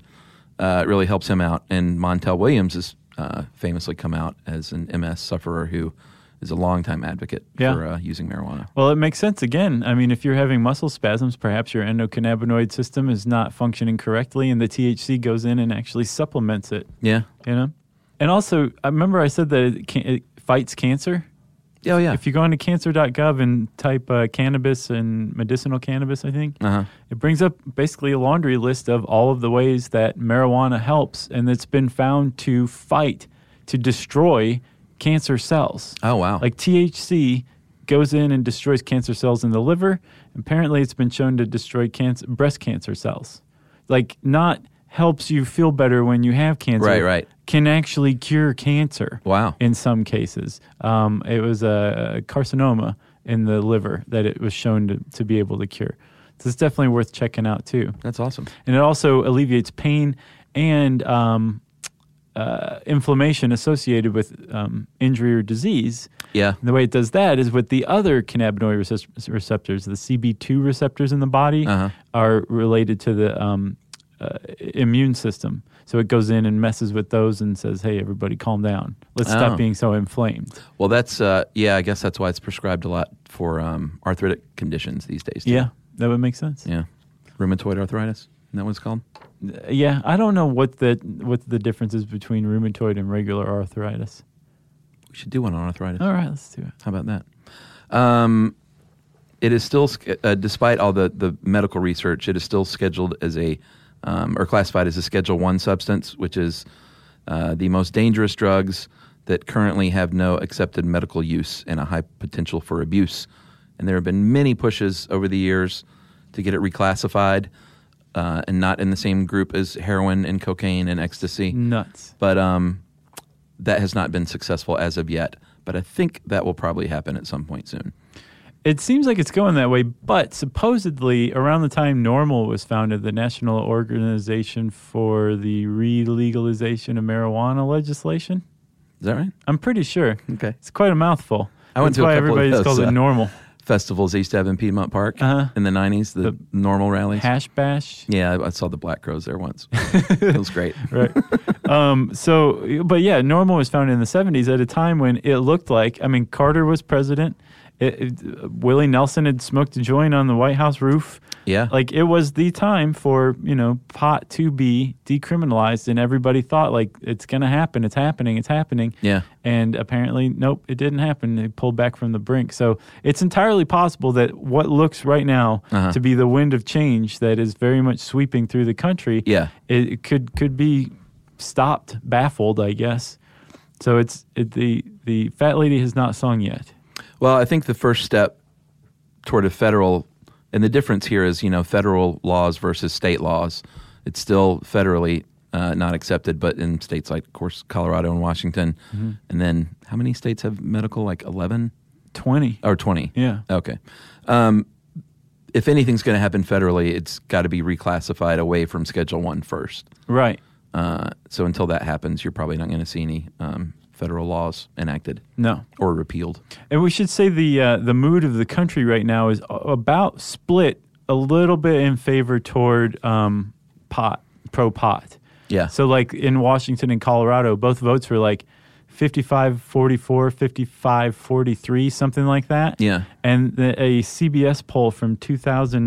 Uh, it really helps him out. And Montel Williams has uh, famously come out as an MS sufferer who is a longtime advocate Yeah. for uh, using marijuana. Well, it makes sense again. I mean, if you're having muscle spasms, perhaps your endocannabinoid system is not functioning correctly, and the THC goes in and actually supplements it. Yeah. You know, and also I remember I said that it, can, it fights cancer. Oh, yeah. If you go into cancer.gov and type uh, cannabis and medicinal cannabis, I think Uh-huh. it brings up basically a laundry list of all of the ways that marijuana helps, and it's been found to fight to destroy cancer cells. Oh, wow. Like THC goes in and destroys cancer cells in the liver. Apparently, it's been shown to destroy cancer, breast cancer cells. Like, not helps you feel better when you have cancer. Right, right. Can actually cure cancer. Wow. In some cases, um, it was a carcinoma in the liver that it was shown to, to be able to cure. So it's definitely worth checking out too That's awesome. and it also alleviates pain and um, uh, inflammation associated with um, injury or disease. Yeah. And the way it does that is with the other cannabinoid recep- receptors. The CB2 receptors in the body Uh-huh. are related to the um, uh, immune system. So it goes in and messes with those and says, hey, everybody, calm down. Let's Oh. stop being so inflamed. Well, that's, uh, yeah, I guess that's why it's prescribed a lot for um, arthritic conditions these days. too. Yeah, that would make sense. Yeah. Rheumatoid arthritis. Isn't that what it's called? Uh, Yeah, I don't know what the, what the difference is between rheumatoid and regular arthritis. We should do one on arthritis. All right, let's do it. How about that? Um, it is still, sch- uh, despite all the, the medical research, it is still scheduled as a um, or classified as a Schedule One substance, which is uh, the most dangerous drugs that currently have no accepted medical use and a high potential for abuse. And there have been many pushes over the years to get it reclassified uh, and not in the same group as heroin and cocaine and ecstasy Mm-hmm. Nuts. but um, that has not been successful as of yet. But I think that will probably happen at some point soon. It seems like it's going that way, but supposedly around the time Normal was founded, the National Organization for the Relegalization of Marijuana Legislation, Is that right? I'm pretty sure. Okay. It's quite a mouthful. I went to That's a why couple of everybody just calls those, uh, it normal. Festivals they used to have in Piedmont Park Uh-huh. in the 90s, the, The- normal rallies. Hash bash. yeah, I- I saw the Black Crows there once. it was great. right. Um, so, but yeah, normal was founded in the 70s at a time when it looked like, I mean, Carter was president. It, it, Willie Nelson had smoked a joint on the White House roof. Yeah. Like it was the time for, you know, pot to be decriminalized. And everybody thought, like, it's going to happen. It's happening. It's happening. Yeah. And apparently, nope, it didn't happen. They pulled back from the brink. So it's entirely possible that what looks right now Uh-huh. to be the wind of change that is very much sweeping through the country Yeah. it, it could could be stopped, baffled, I guess. So it's it, the the fat lady has not sung yet. Well, I think the first step toward a federal, and the difference here is, you know, federal laws versus state laws. It's still federally uh, not accepted, but in states like, of course, Colorado and Washington. And then how many states have medical? Like 11 Twenty, or 20? yeah, Okay. Um, if anything's going to happen federally, it's got to be reclassified away from Schedule One first. right. Uh, so until that happens, you're probably not going to see any um, federal laws enacted No, or repealed. and we should say the uh, the mood of the country right now is a- about split a little bit in favor toward um, pot pro pot. Yeah. So like in Washington and Colorado, both votes were like 55 44, 55 43, something like that. Yeah. And the, a CBS poll from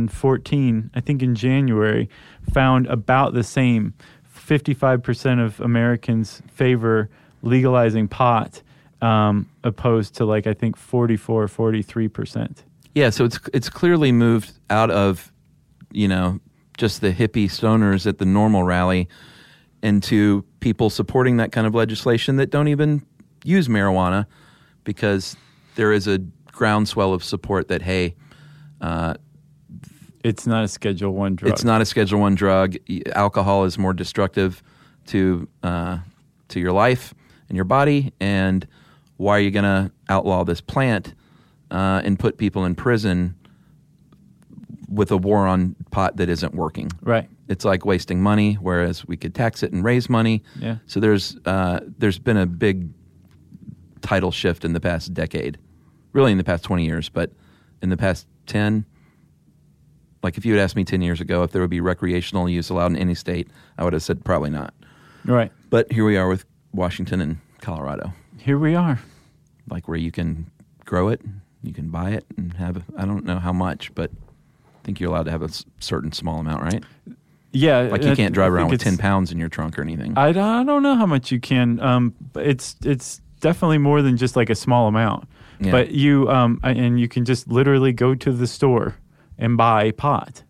2014, I think in January, found about the same 55% of Americans favor legalizing pot, um, opposed to like, I think 44, 43%. Yeah, so it's it's clearly moved out of, you know, just the hippie stoners at the normal rally into people supporting that kind of legislation that don't even use marijuana because there is a groundswell of support that hey, It's not a Schedule One drug. it's not a Schedule One drug. Y- Alcohol is more destructive to uh, to your life and your body. And why are you going to outlaw this plant uh, and put people in prison with a war on pot that isn't working? Right. It's like wasting money, whereas we could tax it and raise money. Yeah. So there's uh, there's been a big title shift in the past decade, really in the past 20 years, but in the past 10. Like if you had asked me 10 years ago if there would be recreational use allowed in any state, I would have said probably not. Right. But here we are with Washington and Colorado, Here we are. like where you can grow it, you can buy it, and have I don't know how much, but I think you're allowed to have a s- certain small amount, right? Yeah. Like you I- can't drive I around think with 10 it's- pounds in your trunk or anything. I don't, I don't know how much you can. Um, but it's it's definitely more than just like a small amount. Yeah. But you um, a- and you can just literally go to the store and buy pot.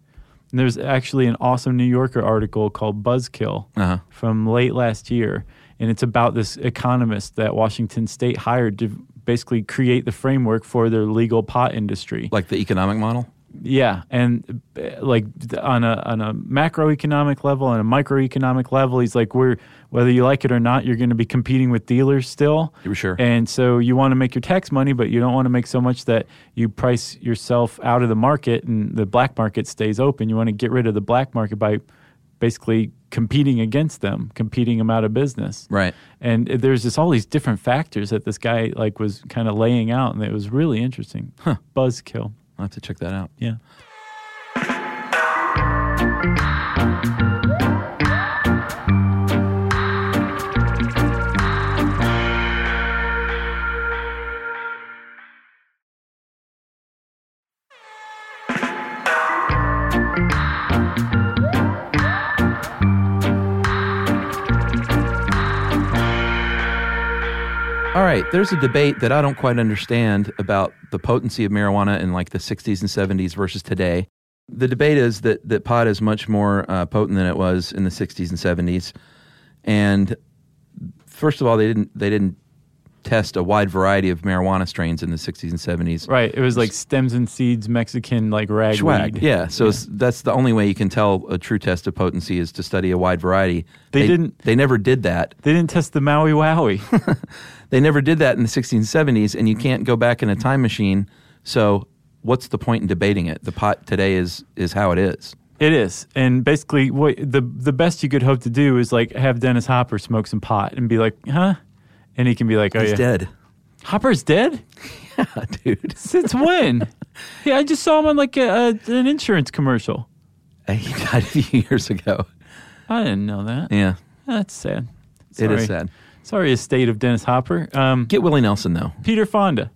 And there's actually an awesome New Yorker article called Buzzkill Uh-huh. from late last year, and it's about this economist that Washington State hired to basically create the framework for their legal pot industry. Like the economic model? Yeah, and uh, like th- on a on a macroeconomic level and a microeconomic level, he's like, we're whether you like it or not, you're going to be competing with dealers still. You were sure. And so you want to make your tax money, but you don't want to make so much that you price yourself out of the market and the black market stays open. You want to get rid of the black market by basically competing against them, competing them out of business. Right. And there's just all these different factors that this guy like was kind of laying out, and it was really interesting. Buzzkill. I'll have to check that out. Yeah. All right, there's a debate that I don't quite understand about the potency of marijuana in like the 60s and 70s versus today. The debate is that, that pot is much more uh, potent than it was in the 60s and 70s. And first of all, they didn't they didn't test a wide variety of marijuana strains in the 60s and 70s. Right. It was like stems and seeds, Mexican like ragweed. Schwag, yeah. So it's- that's the only way you can tell a true test of potency is to study a wide variety. They didn't- They never did that. They didn't test the Maui Wowie. They never did that in the 1670s, and you can't go back in a time machine. So, what's the point in debating it? The pot today is is how it is. it is, and basically, what the the best you could hope to do is like have Dennis Hopper smoke some pot and be like, huh, and he can be like, "Oh He's yeah, dead. Hopper's dead Dude. since when? yeah, I just saw him on like a, a, an insurance commercial. He died a few years ago. I didn't know that. Yeah. That's sad. It is Sorry. sad. Sorry, estate of Dennis Hopper. Um, Get Willie Nelson, though. Peter Fonda.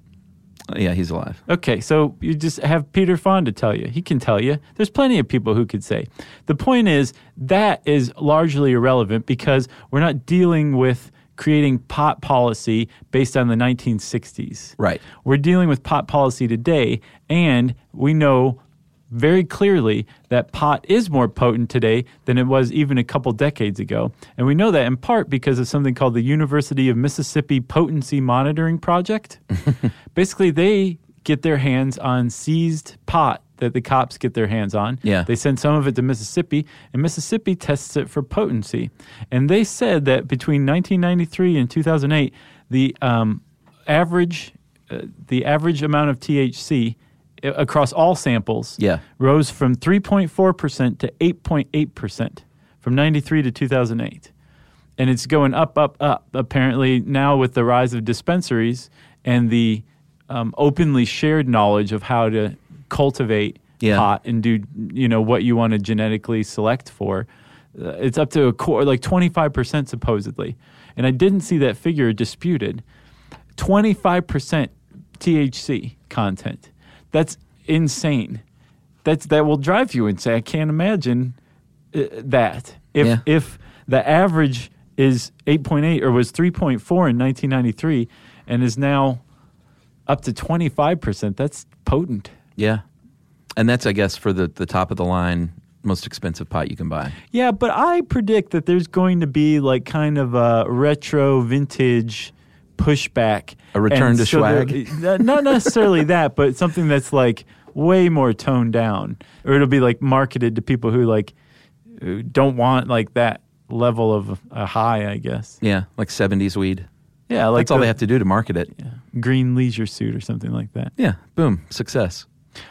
Uh, Yeah, he's alive. Okay, so you just have Peter Fonda tell you. He can tell you. There's plenty of people who could say. The point is, that is largely irrelevant because we're not dealing with creating pot policy based on the 1960s. Right. We're dealing with pot policy today, and we know very clearly that pot is more potent today than it was even a couple decades ago. And we know that in part because of something called the University of Mississippi Potency Monitoring Project. Basically, they get their hands on seized pot that the cops get their hands on. Yeah. They send some of it to Mississippi, and Mississippi tests it for potency. And they said that between 1993 and 2008, the um, average uh, the average amount of THC i- uh, across all samples Yeah. rose from 3.4% to 8.8% from 93 to 2008 and it's going up, up, up. Apparently, now with the rise of dispensaries and the um, openly shared knowledge of how to cultivate Yeah. pot and do, you know, what you want to genetically select for, uh, it's up to a core like twenty five percent supposedly. And I didn't see that figure disputed. Twenty five percent THC content. That's insane. That's that will drive you insane. I can't imagine uh, that if Yeah. if the average is 8.8 or was 3.4 in 1993 and is now up to 25%, that's potent. Yeah. And that's, I guess, for the, the top of the line, most expensive pot you can buy. Yeah, but I predict that there's going to be like kind of a retro vintage pushback. A return And to there- swag? n- Not necessarily that, but something that's like way more toned down. Or it'll be like marketed to people who like who don't want like that level of a high, I guess. Yeah. Like 70s weed. Yeah, like That's all the- they have to do to market it. Yeah. green leisure suit or something like that. Boom. Success.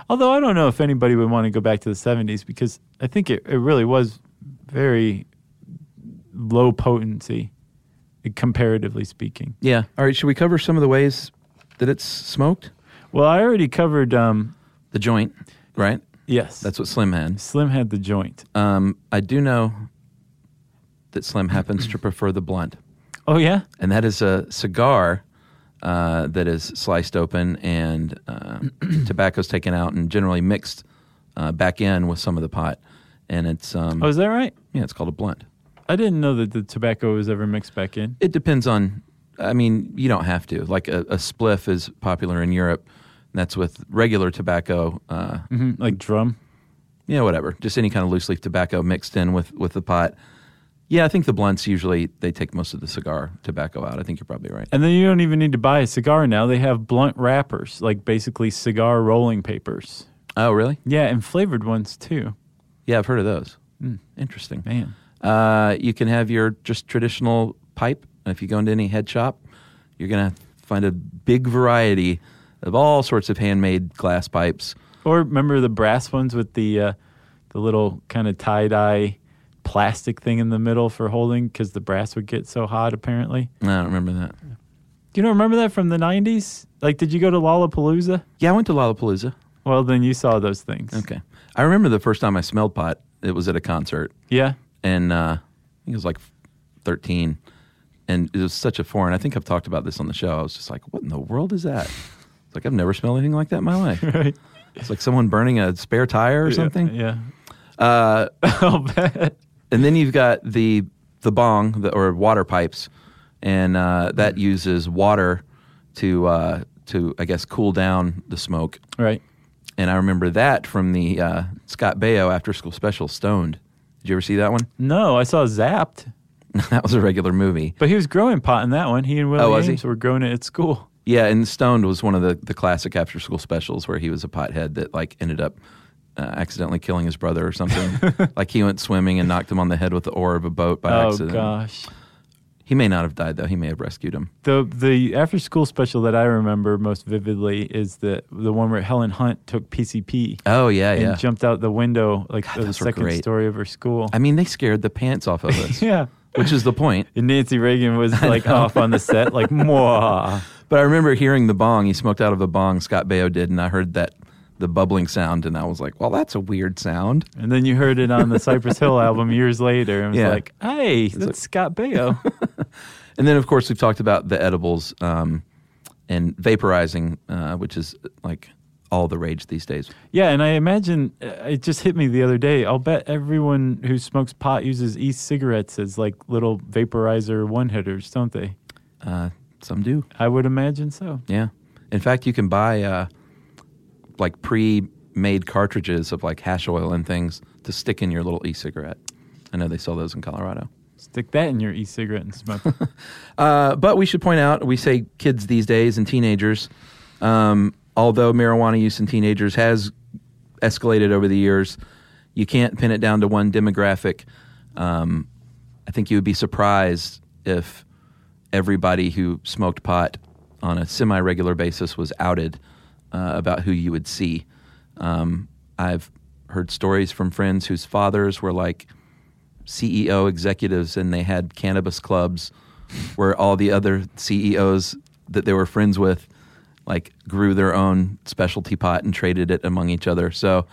Although I don't know if anybody would want to go back to the 70s because I think it, it really was very low potency, comparatively speaking. Yeah. All right. Should we cover some of the ways that it's smoked? Well, I already covered, um, The joint, right? yes. That's what Slim had. Slim had the joint. Um, I do know that Slim happens to prefer the blunt. Oh, yeah? and that is a cigar uh, that is sliced open and uh, tobacco's taken out and generally mixed uh, back in with some of the pot, and it's um, Oh, is that right? yeah, it's called a blunt. I didn't know that the tobacco was ever mixed back in. It depends on. I mean, you don't have to. Like a, a spliff is popular in Europe. And that's with regular tobacco. Uh, Mhm, Like drum. Yeah, whatever. Just any kind of loose leaf tobacco mixed in with with the pot. Yeah, I think the blunts usually they take most of the cigar tobacco out. I think you're probably right. And then you don't even need to buy a cigar now. They have blunt wrappers, like basically cigar rolling papers. Oh, really? Yeah, and flavored ones too. Yeah, I've heard of those. Hmm, Interesting. Man. Uh, you can have your just traditional pipe. If you go into any head shop, you're going to find a big variety of all sorts of handmade glass pipes. Or remember the brass ones with the uh, the little kind of tie dye plastic thing in the middle for holding because the brass would get so hot. Apparently, I don't remember that. you don't remember that from the '90s? Like, did you go to Lollapalooza? Yeah, I went to Lollapalooza. Well, then you saw those things. Okay. I remember the first time I smelled pot, it was at a concert, Yeah. and uh, I think it was like 13. And it was such a foreign. I think I've talked about this on the show. I was just like, what in the world is that? It's like, I've never smelled anything like that in my life. Right. It's like someone burning a spare tire or something. Yeah. Uh, I'll bet. and then you've got the the bong the, or water pipes, and uh, Mm. that uses water to uh, to I guess cool down the smoke. Right. And I remember that from the uh, Scott Baio after school special Stoned. Did you ever see that one? No, I saw Zapped, that was a regular movie. but he was growing pot in that one. He and Willie Oh, was he? Ames were growing it at school. Yeah, and Stoned was one of the the classic after school specials where he was a pothead that like ended up. Uh, accidentally killing his brother or something. like he went swimming and knocked him on the head with the oar of a boat by oh accident. gosh. He may not have died though. He may have rescued him. The the after school special that I remember most vividly is the the one where Helen Hunt took PCP. Oh yeah, yeah. and jumped out the window like God, the those were second great. story of her school. I mean, they scared the pants off of us. yeah, which is the point. And Nancy Reagan was like off on the set, like, mwah. But I remember hearing the bong. He smoked out of the bong. Scott Baio did, and I heard that the bubbling sound, and I was like, "Well, that's a weird sound." And then you heard it on the Cypress Hill album years later and it was Yeah. like, hey, that's Scott Baio. And then, of course, we've talked about the edibles um, and vaporizing, uh, which is like all the rage these days. yeah, and I imagine uh, it just hit me the other day. I'll bet everyone who smokes pot uses e cigarettes as like little vaporizer one hitters, don't they? Uh, some do, I would imagine so. yeah. In fact, you can buy uh, like pre-made cartridges of like hash oil and things to stick in your little e-cigarette. I know they sell those in Colorado. Stick that in your e cigarette and smoke. Uh, but we should point out we say kids these days and teenagers. Um, although marijuana use in teenagers has escalated over the years, you can't pin it down to one demographic. Um, I think you would be surprised if everybody who smoked pot on a semi regular basis was outed uh, about who you would see. Um, I've heard stories from friends whose fathers were like, CEO E executives and they had cannabis clubs where all the other CEOs that they were friends with like grew their own specialty pot and traded it among each other. So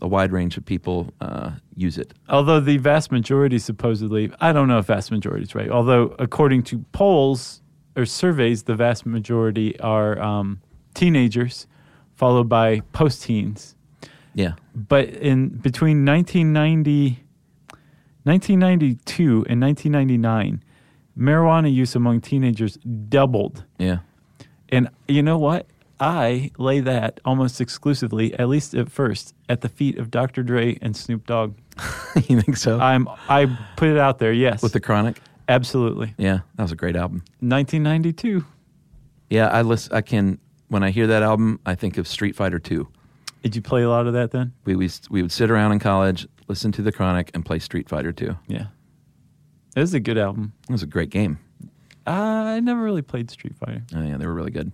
a wide range of people uh, use it. Although the vast majority, supposedly, I don't know if vast majority is right. Although, according to polls or surveys, the vast majority are um, teenagers, followed by post-teens. Yeah. But in between 1990, 1992 and 1999, marijuana use among teenagers doubled. Yeah. And you know what? I lay that almost exclusively, at least at first, at the feet of Dr. Dre and Snoop Dogg. you think so? I'm I put it out there. Yes, Oh. With the chronic? absolutely. Yeah. That was a great album. 1992. Yeah, I list I can when I hear that album, I think of Street Fighter 2. Did you play a lot of that then? We we we would sit around in college, listen to the chronic and play Street Fighter 2. It Yeah, it was a good album. Uh, was a great game. I never really played Street Fighter. Oh yeah, they were really good.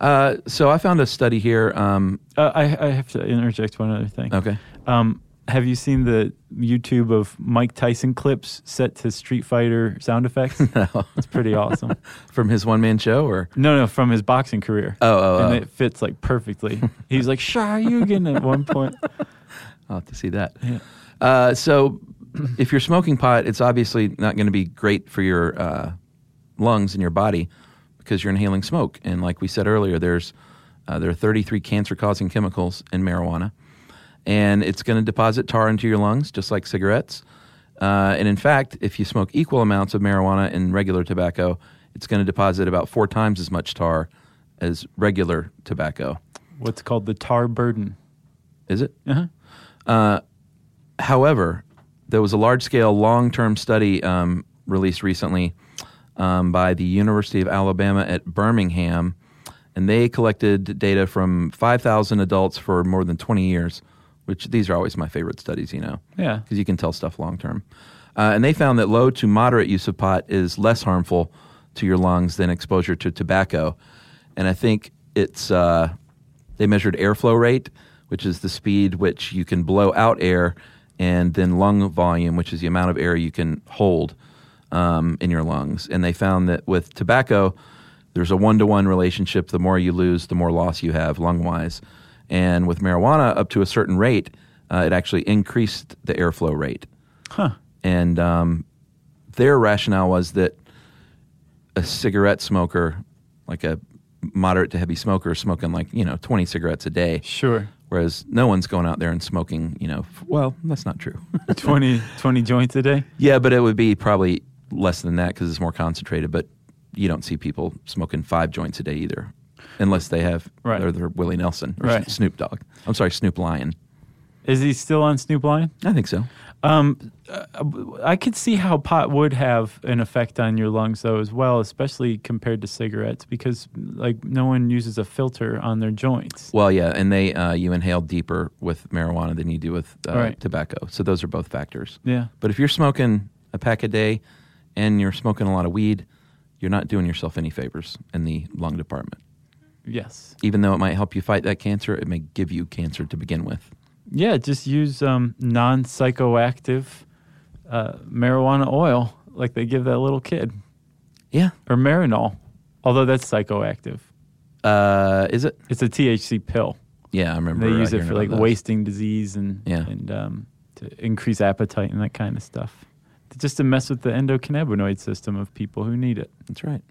Uh, so I found a study here. Um, Uh, I I have to interject one other thing. okay, Um, have you seen the YouTube of Mike Tyson clips set to Street Fighter sound effects? No. It's pretty awesome. from his one man show, or No, no, from his boxing career. Oh, oh, and oh. it fits like perfectly. He's like Sharyugan at one point. I'll have to see that. Yeah. Uh, so if you're smoking pot, it's obviously not going to be great for your uh, lungs and your body because you're inhaling smoke. And like we said earlier, there's uh, there are 33 cancer causing chemicals in marijuana, and it's going to deposit tar into your lungs just like cigarettes. Uh, and in fact, if you smoke equal amounts of marijuana and regular tobacco, it's going to deposit about four times as much tar as regular tobacco. What's called the tar burden. Is it? Uh, Uh-huh. However, there was a large scale, long term study um, released recently um, by the University of Alabama at Birmingham, and they collected data from 5,000 adults for more than 20 years, which these are always my favorite studies, you know, Yeah. because you can tell stuff long term. Uh, and they found that low to moderate use of pot is less harmful to your lungs than exposure to tobacco. And I think it's, uh, they measured airflow rate, which is the speed which you can blow out air, and then lung volume, which is the amount of air you can hold um, in your lungs. And they found that with tobacco, there's a one to one relationship. The more you lose, the more loss you have lung wise. And with marijuana, up to a certain rate, uh, it actually increased the airflow rate. Huh. And um, their rationale was that a cigarette smoker, like a moderate to heavy smoker, is smoking like, you know, 20 cigarettes a day. Sure. Whereas no one's going out there and smoking, you know, f- well, that's not true. 20, 20 joints a day. yeah, but it would be probably less than that because it's more concentrated. But you don't see people smoking five joints a day either, unless they have, Right. or they're Willie Nelson or Right. Snoop Dogg. I'm sorry, Snoop Lion. Is he still on Snoop Lion? I think so. Um, uh, I could see how pot would have an effect on your lungs, though, as well, especially compared to cigarettes, because like no one uses a filter on their joints. Well, yeah, and they uh, you inhale deeper with marijuana than you do with uh, Right. tobacco. So those are both factors. Yeah, But if you're smoking a pack a day and you're smoking a lot of weed, you're not doing yourself any favors in the lung department. yes, Even though it might help you fight that cancer, it may give you cancer to begin with. yeah. Just use um, non-psychoactive uh, marijuana oil, like they give that little kid, Yeah. or Marinol, although that's psychoactive. Uh, is it? It's a THC pill. Yeah, I remember. They uh, use it hearing for about like those. wasting disease and Yeah. and um, to increase appetite and that kind of stuff, just to mess with the endocannabinoid system of people who need it. That's right.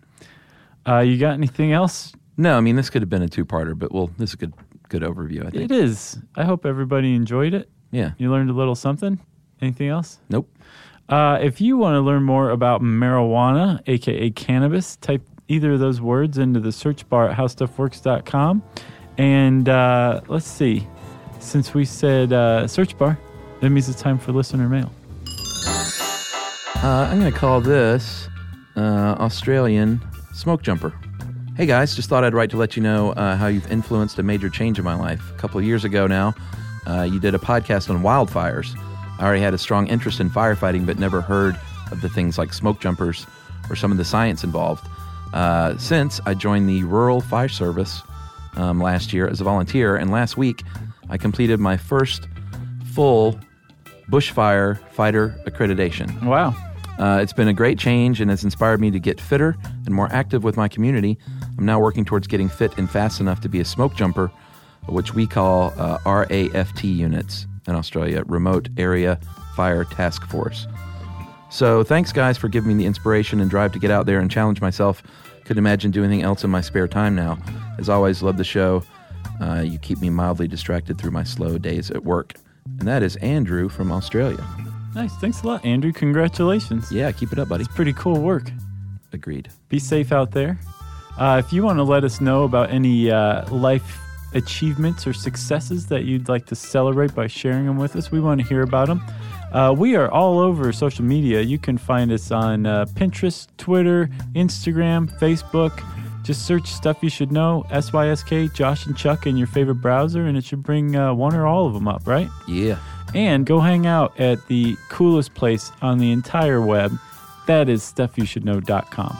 Uh, you got anything else? No, I mean this could have been a two-parter, but well, this is a good good overview. I think. It is. I hope everybody enjoyed it. Yeah. You learned a little something. Anything else? Nope. Uh, if you want to learn more about marijuana, aka cannabis, type either of those words into the search bar at howstuffworks.com. And uh, let's see, since we said uh, search bar, that means it's time for listener mail. Uh, I'm going to call this uh, Australian Smoke Jumper. Hey guys, just thought I'd write to let you know uh, how you've influenced a major change in my life. A couple of years ago now, uh, you did a podcast on wildfires. I already had a strong interest in firefighting, but never heard of the things like smoke jumpers or some of the science involved. Uh, since I joined the Rural Fire Service um, last year as a volunteer, and last week I completed my first full bushfire fighter accreditation. Wow. Uh, it's been a great change and has inspired me to get fitter and more active with my community. I'm now working towards getting fit and fast enough to be a smoke jumper, which we call uh, RAFT units in Australia, Remote Area Fire Task Force. So thanks, guys, for giving me the inspiration and drive to get out there and challenge myself. Couldn't imagine doing anything else in my spare time now. As always, love the show. Uh, you keep me mildly distracted through my slow days at work. And that is Andrew from Australia. Nice. Thanks a lot, Andrew. Congratulations. Yeah, keep it up, buddy. It's pretty cool work. Agreed. Be safe out there. Uh, if you want to let us know about any uh, life achievements or successes that you'd like to celebrate by sharing them with us, we want to hear about them. Uh, we are all over social media. You can find us on uh, Pinterest, Twitter, Instagram, Facebook. Just search Stuff You Should Know, SYSK, Josh and Chuck in your favorite browser, and it should bring uh, one or all of them up, right? Yeah. and go hang out at the coolest place on the entire web. That is stuffyoushouldknow.com.